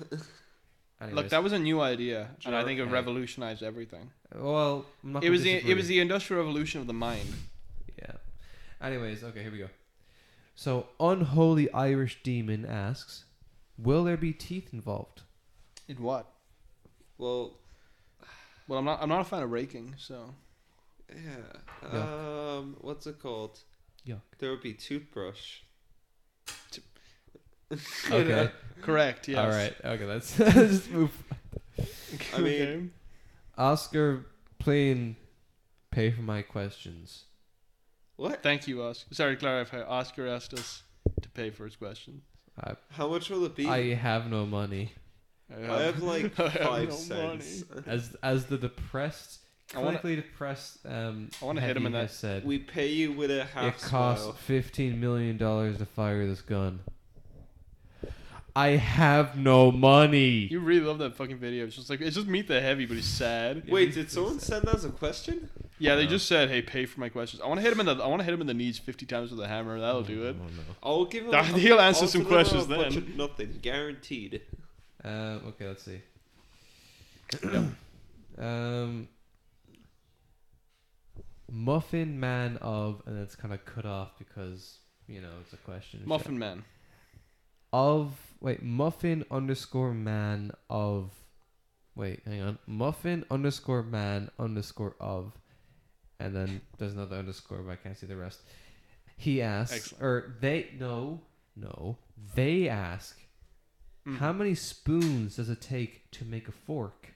Speaker 1: Anyways,
Speaker 2: Look, that was a new idea, and I
Speaker 3: Jar-
Speaker 2: think it
Speaker 1: hey.
Speaker 2: revolutionized everything.
Speaker 1: well, I'm not
Speaker 2: It
Speaker 1: gonna
Speaker 2: was the it was
Speaker 1: disagree.
Speaker 2: the industrial revolution of the mind.
Speaker 1: yeah. Anyways, okay, here we go. So, unholy Irish demon asks, "Will there be teeth involved?"
Speaker 2: In what?
Speaker 3: Well,
Speaker 2: Well, I'm not I'm not a fan of raking, so
Speaker 3: yeah.
Speaker 1: Yuck.
Speaker 3: Um, what's it called?
Speaker 1: Yuck.
Speaker 3: There would be toothbrush.
Speaker 1: Okay.
Speaker 2: correct. Yes.
Speaker 1: All right. Okay, let's, let's just move.
Speaker 3: I mean-
Speaker 2: Okay.
Speaker 1: Oscar, plain pay for my questions.
Speaker 3: What?
Speaker 2: thank you, Oscar. Sorry, to clarify. Oscar asked us to pay for his question.
Speaker 1: I,
Speaker 3: How much will it be?
Speaker 1: I have no money.
Speaker 3: I have like
Speaker 2: I have
Speaker 3: five
Speaker 2: no
Speaker 3: cents.
Speaker 1: As as the depressed,
Speaker 2: I wanna-
Speaker 1: clinically depressed. Um,
Speaker 2: I wanna hit him
Speaker 1: Hetty
Speaker 2: in that-
Speaker 1: has Said,
Speaker 3: We pay you with a half
Speaker 1: It costs
Speaker 3: smile.
Speaker 1: fifteen million dollars to fire this gun. I have no money.
Speaker 2: You really love that fucking video. It's just like it's just meet the heavy, but he's sad.
Speaker 1: Yeah,
Speaker 3: Wait,
Speaker 1: he's-
Speaker 3: did
Speaker 1: he's
Speaker 3: someone send us a question?
Speaker 2: Yeah, they
Speaker 1: No.
Speaker 2: just said, "Hey, pay for my questions." I want to hit him in the I want to hit him in the knees fifty times with a hammer. That'll do it.
Speaker 1: Oh, no.
Speaker 3: I'll give him.
Speaker 2: Th- he'll answer
Speaker 3: I'll
Speaker 2: some
Speaker 3: give him a
Speaker 2: questions
Speaker 3: bunch
Speaker 2: then.
Speaker 3: of Nothing guaranteed.
Speaker 1: Um, okay, let's see. um, Muffin Man of, and it's kind of cut off because you know it's a question. and shit.
Speaker 2: Muffin Man.
Speaker 1: of wait Muffin underscore Man of, wait hang on Muffin underscore Man underscore of, and then there's another underscore but I can't see the rest. He asks
Speaker 2: Excellent.
Speaker 1: or they no no they ask
Speaker 2: Mm.
Speaker 1: how many spoons does it take to make a fork?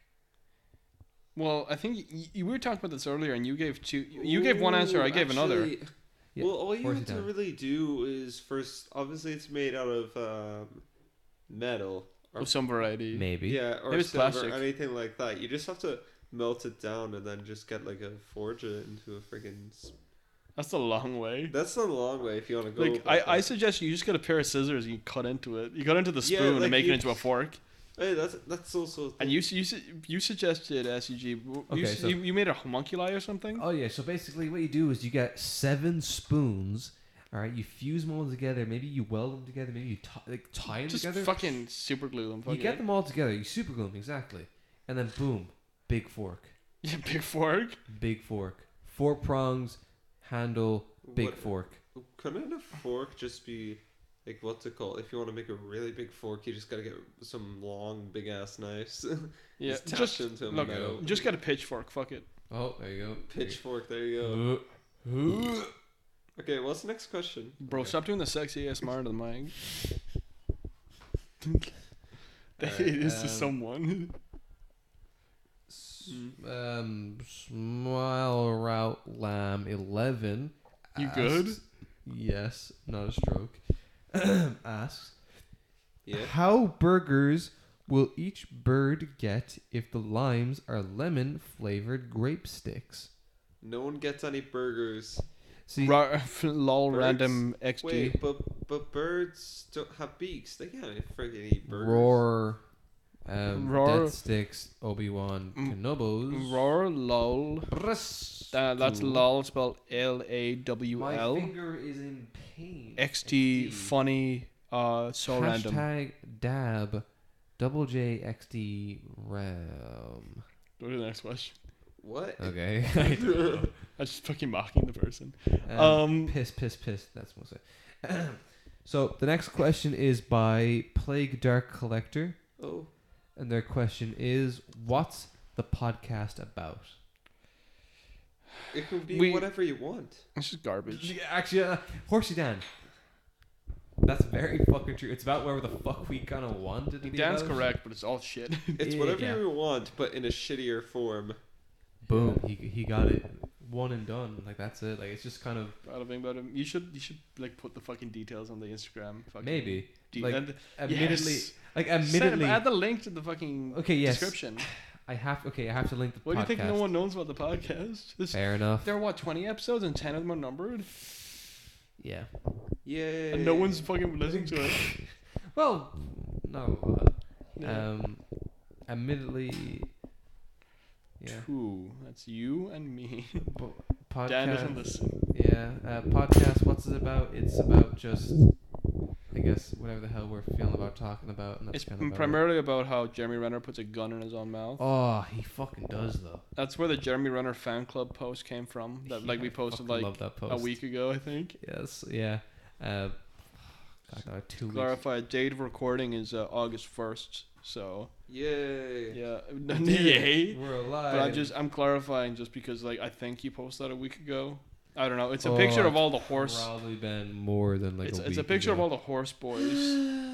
Speaker 2: Well, I think you, you, we were talking about this earlier, and you gave two. You, you gave one answer.
Speaker 3: Ooh,
Speaker 2: I gave another.
Speaker 3: actually,
Speaker 1: Yeah,
Speaker 3: well, all you
Speaker 1: force it
Speaker 3: have to
Speaker 1: down.
Speaker 3: really do is first. Obviously, it's made out of um, metal. Or,
Speaker 2: Of some variety.
Speaker 1: Maybe.
Speaker 3: yeah, or
Speaker 2: Maybe it's
Speaker 3: silver,
Speaker 2: plastic.
Speaker 3: anything like that. You just have to melt it down and then just get like a forger into a freaking. sp-
Speaker 2: That's a long way.
Speaker 3: That's the long way if you want to go.
Speaker 2: Like
Speaker 3: about
Speaker 2: I, I
Speaker 3: that.
Speaker 2: suggest you just get a pair of scissors and you cut into it. You cut into the
Speaker 3: Yeah,
Speaker 2: spoon
Speaker 3: like
Speaker 2: and make
Speaker 3: you-
Speaker 2: it into a fork.
Speaker 3: Hey, that's that's also. a
Speaker 2: And
Speaker 3: thing.
Speaker 2: you s- you s- you suggested SUG. w- You,
Speaker 1: Okay,
Speaker 2: s-
Speaker 1: so-
Speaker 2: you, you made a homunculi or something.
Speaker 1: Oh yeah. So basically, what you do is you get seven spoons. All right, you fuse them all together. Maybe you weld them together. Maybe you ti like, tie them
Speaker 2: just
Speaker 1: together.
Speaker 2: fucking super glue them.
Speaker 1: you
Speaker 2: fuck
Speaker 1: get
Speaker 2: it.
Speaker 1: them all together. You super glue them exactly, and then boom, big fork,
Speaker 2: Yeah, big fork.
Speaker 1: big fork, four prongs, handle, big
Speaker 3: What-
Speaker 1: fork.
Speaker 3: Couldn't a fork just be like what's it called? If you want to make a really big fork, you just gotta get some long, big ass knives.
Speaker 2: Yeah,
Speaker 3: just, attach
Speaker 2: just
Speaker 3: them to a
Speaker 2: look,
Speaker 3: metal.
Speaker 2: just get a pitchfork. Fuck it.
Speaker 1: Oh, there you go.
Speaker 3: pitchfork. There you go.
Speaker 1: Uh, uh.
Speaker 3: Okay, what's the next question?
Speaker 2: Bro,
Speaker 1: Okay.
Speaker 2: stop doing the sexy ASMR to the mic.
Speaker 1: Alright,
Speaker 2: it is
Speaker 1: um,
Speaker 2: to someone.
Speaker 1: S- um, smile route lamb eleven.
Speaker 2: You good?
Speaker 1: asks- Yes, not a stroke. asks
Speaker 3: Yeah.
Speaker 1: how burgers will each bird get if the limes are lemon flavored grape sticks?
Speaker 3: No one gets any burgers.
Speaker 1: See,
Speaker 2: Ra- lol
Speaker 3: Birds?
Speaker 2: random XG.
Speaker 3: Wait, but but birds don't have beaks. They can't friggin' eat birds.
Speaker 1: Roar, um,
Speaker 2: Roar.
Speaker 1: Death Sticks, Obi Wan,
Speaker 2: Mm.
Speaker 1: Kenobos.
Speaker 2: Roar lol.
Speaker 1: Brrrr.
Speaker 2: Uh, that's
Speaker 1: Cool.
Speaker 2: lol spelled L A W
Speaker 1: My
Speaker 2: L.
Speaker 1: finger is in pain.
Speaker 2: XD funny uh so
Speaker 1: Hashtag
Speaker 2: random.
Speaker 1: dab, double J X D ram.
Speaker 2: Go to the next question.
Speaker 3: What?
Speaker 1: Okay.
Speaker 2: Uh. I'm just fucking mocking the person.
Speaker 1: um,
Speaker 2: Um,
Speaker 1: piss, piss, piss. That's what I say. so the next question is by Plague Dark Collector,
Speaker 3: Oh,
Speaker 1: and their question is, "What's the podcast about?"
Speaker 3: it can be
Speaker 2: We-
Speaker 3: whatever you want.
Speaker 2: This is garbage.
Speaker 1: Yeah, Actually, uh, Horsey Dan. That's very fucking true. It's about where the fuck we kind of wanted to be.
Speaker 2: Dan's
Speaker 1: about.
Speaker 2: correct, but it's all shit.
Speaker 3: It's
Speaker 1: Yeah,
Speaker 3: whatever
Speaker 1: yeah.
Speaker 3: you want, but in a shittier form.
Speaker 1: Boom. He he got it. One and done. Like that's it. Like it's just kind of
Speaker 2: Bada bing, bada- You should you should like put the fucking details on the Instagram. Fucking
Speaker 1: maybe.
Speaker 2: de-
Speaker 1: like,
Speaker 2: and-
Speaker 1: Admittedly,
Speaker 2: Yes.
Speaker 1: like
Speaker 2: Send-
Speaker 1: admittedly,
Speaker 2: add the link to the fucking
Speaker 1: Okay, yes.
Speaker 2: description.
Speaker 1: I have okay. I have to link the
Speaker 2: What do you
Speaker 1: podcast.
Speaker 2: think? No one knows about the podcast. This,
Speaker 1: Fair enough.
Speaker 2: there are what twenty episodes and ten of them are numbered,
Speaker 1: Yeah.
Speaker 3: Yeah.
Speaker 2: and no one's fucking listening to it.
Speaker 1: Well, no. uh,
Speaker 2: Yeah.
Speaker 1: Um, admittedly, yeah.
Speaker 2: Two. That's you and me.
Speaker 1: Po- podcast.
Speaker 2: Dan doesn't listen.
Speaker 1: Yeah, uh, podcast. What's it about? It's about just, I guess, whatever the hell we're feeling about talking about, and that's
Speaker 2: It's
Speaker 1: kind of
Speaker 2: primarily about how Jeremy Renner puts a gun in his own mouth.
Speaker 1: Oh, he fucking does though.
Speaker 2: That's where the Jeremy Renner fan club post came from. That like we
Speaker 1: Yeah, I
Speaker 2: posted
Speaker 1: fucking
Speaker 2: like
Speaker 1: love that post.
Speaker 2: a week ago, I think.
Speaker 1: Yes. Yeah. Uh, God, no, two weeks.
Speaker 2: Clarify date of recording is uh, August first. So
Speaker 3: Yay.
Speaker 2: yeah,
Speaker 1: Dude,
Speaker 2: yay.
Speaker 1: We're alive.
Speaker 2: But I'm just I'm clarifying just because like I think you posted that a week ago. I don't know. It's a picture
Speaker 1: Oh,
Speaker 2: of all the horse.
Speaker 1: Probably been more than like
Speaker 2: it's,
Speaker 1: a
Speaker 2: it's a
Speaker 1: week
Speaker 2: picture of
Speaker 1: ago.
Speaker 2: all the horse boys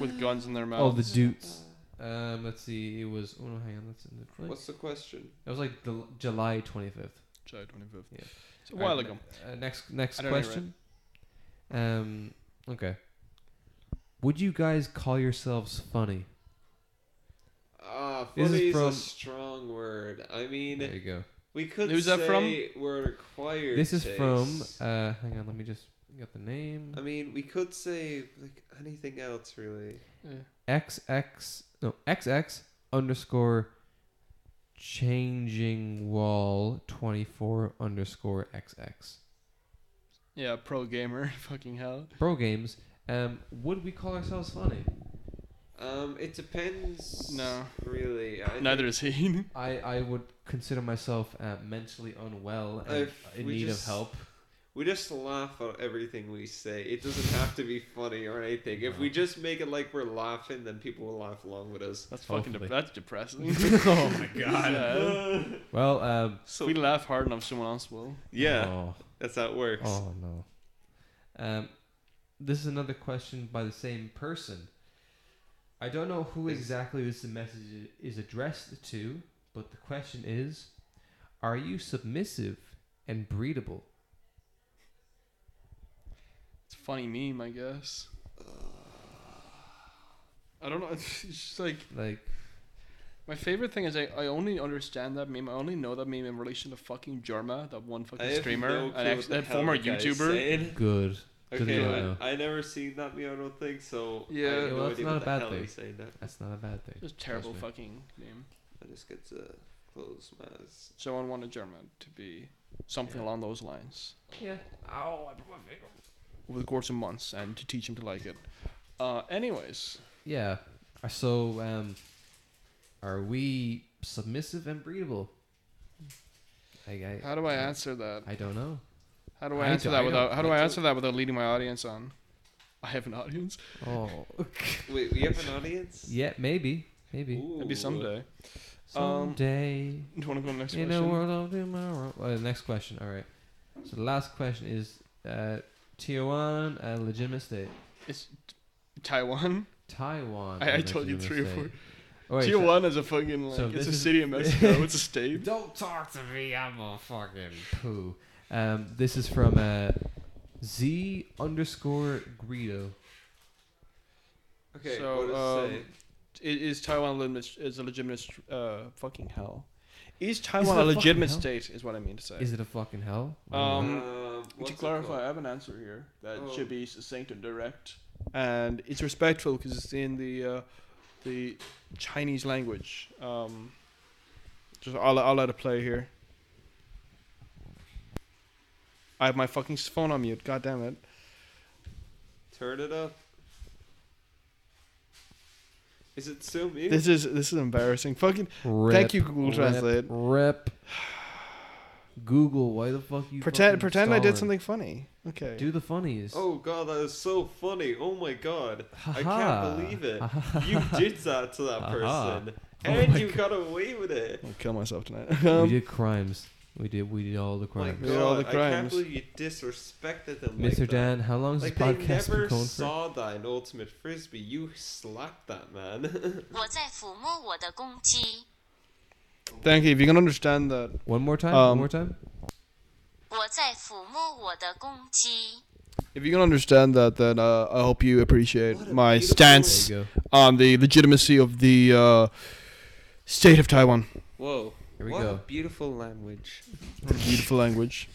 Speaker 2: with guns in their
Speaker 1: Oh,
Speaker 2: mouths.
Speaker 1: the dudes. Um, let's see. It was. Oh no, hang on. That's in the. Like,
Speaker 3: What's the question?
Speaker 1: that was like the July twenty fifth.
Speaker 2: July 25th.
Speaker 1: Yeah.
Speaker 2: It's a while
Speaker 1: Alright,
Speaker 2: ago.
Speaker 1: Uh, next, next
Speaker 2: I don't know, right?
Speaker 1: question. Um. Okay. Would you guys call yourselves funny?
Speaker 3: Ah,
Speaker 1: This is
Speaker 3: funny is,
Speaker 1: from-
Speaker 3: a strong word. I
Speaker 1: There
Speaker 3: mean,
Speaker 1: you go.
Speaker 3: we could
Speaker 2: Who's
Speaker 3: say
Speaker 2: that from?
Speaker 3: we're an acquired.
Speaker 1: This is from.
Speaker 3: taste.
Speaker 1: Uh, hang on. Let me just get the name.
Speaker 3: I mean, we could say like anything else, really.
Speaker 1: XX. No. XX underscore. Changing wall twenty four underscore XX.
Speaker 2: Yeah, pro gamer. Fucking hell.
Speaker 1: Pro games. Um. Would we call ourselves funny?
Speaker 3: Um, it depends.
Speaker 2: No.
Speaker 3: Really. I
Speaker 2: Neither is he.
Speaker 1: I, I would consider myself uh, mentally unwell and
Speaker 3: If
Speaker 1: in
Speaker 3: we
Speaker 1: need
Speaker 3: just-
Speaker 1: of help.
Speaker 3: We just laugh at everything we say. It doesn't have to be funny or anything. If we just make it like we're laughing, then people will laugh along with us.
Speaker 2: That's fucking.
Speaker 1: Hopefully.
Speaker 2: De- that's depressing.
Speaker 1: oh my
Speaker 2: Yeah.
Speaker 1: Well, um,
Speaker 2: If
Speaker 3: so
Speaker 2: we laugh hard enough, someone else will.
Speaker 3: yeah,
Speaker 1: Oh,
Speaker 3: that's how it works.
Speaker 1: oh, no. Um, this is another question by the same person. I don't know who
Speaker 3: Is-
Speaker 1: exactly this message is addressed to, but the question is: Are you submissive and breedable?
Speaker 2: It's a funny meme, I guess. I don't know. It's just like
Speaker 1: Like,
Speaker 2: my favorite thing is I, I only understand that meme. I only know that meme in relation to fucking Jorma, that one
Speaker 3: I
Speaker 2: fucking
Speaker 3: have
Speaker 2: streamer,
Speaker 3: no clue
Speaker 2: an ex,
Speaker 3: what the
Speaker 2: that
Speaker 3: hell
Speaker 2: former
Speaker 3: that guy is
Speaker 2: YouTuber.
Speaker 3: saying.
Speaker 1: good. Good
Speaker 3: Okay,
Speaker 1: to
Speaker 2: know.
Speaker 3: I, I never seen that me, I don't think so. I
Speaker 2: Yeah.
Speaker 3: have
Speaker 2: Yeah,
Speaker 3: no
Speaker 1: well, it's
Speaker 3: idea
Speaker 1: not
Speaker 3: what
Speaker 1: a
Speaker 3: the
Speaker 1: bad
Speaker 3: hell
Speaker 1: thing.
Speaker 3: he's saying there.
Speaker 1: That's not a bad thing.
Speaker 2: Just terrible
Speaker 1: me.
Speaker 2: fucking name.
Speaker 3: I just get to close my eyes.
Speaker 2: Someone wanted Jorma to be something
Speaker 1: Yeah.
Speaker 2: along those lines
Speaker 1: Yeah. Ow! I broke my finger.
Speaker 2: over the course of months, and to teach him to like it. Uh, anyways,
Speaker 1: Yeah. Uh, So, um, are we submissive and breedable? I, I,
Speaker 2: how do I answer that?
Speaker 1: I don't know.
Speaker 2: How do I
Speaker 1: I
Speaker 2: answer
Speaker 1: don't- I
Speaker 2: that without?
Speaker 1: don't-
Speaker 2: How do
Speaker 3: I
Speaker 2: I
Speaker 3: don't-
Speaker 2: answer that without leading my audience on? I have an audience.
Speaker 1: Oh,
Speaker 3: Wait, we have an audience?
Speaker 1: yeah, maybe, maybe
Speaker 3: Ooh.
Speaker 2: Maybe someday. Um,
Speaker 1: someday
Speaker 2: Do you want to go to the next
Speaker 1: in a
Speaker 2: question?
Speaker 1: world of tomorrow. Uh, next question. All right. So the last question is uh, Taiwan a legitimate state?
Speaker 2: It's Taiwan.
Speaker 1: Taiwan.
Speaker 2: I-
Speaker 1: a
Speaker 2: I told you
Speaker 1: legitimate
Speaker 2: three or
Speaker 1: state.
Speaker 2: four.
Speaker 1: Oh, wait, so-
Speaker 2: Tijuana is a fucking like
Speaker 1: so
Speaker 2: it's
Speaker 1: this
Speaker 2: a
Speaker 1: is-
Speaker 2: city in Mexico. it's a state.
Speaker 1: Don't talk to me. I'm a fucking poo. Um, this is from uh, Z underscore Greedo.
Speaker 3: Okay,
Speaker 2: So,
Speaker 3: what does it
Speaker 2: um, It is Taiwan legit- is a legitimate st- uh, fucking hell? Is
Speaker 1: it
Speaker 2: Taiwan
Speaker 1: a
Speaker 2: a
Speaker 1: fucking
Speaker 2: legitimate
Speaker 1: hell?
Speaker 2: state? Is what I mean to say.
Speaker 1: Is it a fucking hell?
Speaker 3: say?
Speaker 2: Um,
Speaker 3: um, Um,
Speaker 2: Would
Speaker 3: what's
Speaker 2: you
Speaker 3: it called?
Speaker 2: clarify? I have an answer here that
Speaker 3: Oh.
Speaker 2: should be succinct and direct, and it's respectful because it's in the uh, the Chinese language. Um, just I'll I'll let it play here. I have my fucking phone on mute. God damn it!
Speaker 3: Turn it up. Is it still me?
Speaker 2: This is this is embarrassing. Fucking Thank you, Google
Speaker 1: rip,
Speaker 2: Translate.
Speaker 1: Rip. Google, why the fuck you
Speaker 2: pretend
Speaker 1: fucking
Speaker 2: pretend I did
Speaker 1: stalling?
Speaker 2: something funny. Okay.
Speaker 1: Do the funnies.
Speaker 3: Oh god, that is so funny. Oh my god. I
Speaker 1: Ha-ha.
Speaker 3: can't believe it.
Speaker 1: Ha-ha.
Speaker 3: You did that to that
Speaker 1: Ha-ha.
Speaker 3: person.
Speaker 1: Oh
Speaker 3: and
Speaker 1: my
Speaker 3: you got away with it.
Speaker 2: I'll kill myself tonight.
Speaker 1: we
Speaker 2: Um,
Speaker 1: did crimes. We did. We did all the
Speaker 3: My
Speaker 1: crimes.
Speaker 2: We did all
Speaker 3: god,
Speaker 2: the
Speaker 3: I can't
Speaker 2: crimes.
Speaker 3: believe you disrespected them.
Speaker 1: Mr.
Speaker 3: Like that.
Speaker 1: Dan, how long has
Speaker 3: Like
Speaker 1: this
Speaker 3: they
Speaker 1: podcast been
Speaker 3: never
Speaker 1: going for?
Speaker 3: saw that in Ultimate Frisbee. You slapped that man.
Speaker 4: 我在抚摸我的公鸡，
Speaker 2: Thank you. If you can understand that,
Speaker 1: One more time. one
Speaker 2: Um,
Speaker 1: more time.
Speaker 4: 我在抚摸我的公鸡，
Speaker 2: if you can understand that, then uh, I hope you
Speaker 3: What
Speaker 2: appreciate
Speaker 3: a
Speaker 2: my
Speaker 3: beautiful-
Speaker 1: There
Speaker 2: stance
Speaker 1: you go.
Speaker 2: on the legitimacy of the uh, state of Taiwan.
Speaker 3: Whoa.
Speaker 1: Here we
Speaker 3: what
Speaker 1: go.
Speaker 3: a beautiful language.
Speaker 2: What a beautiful language.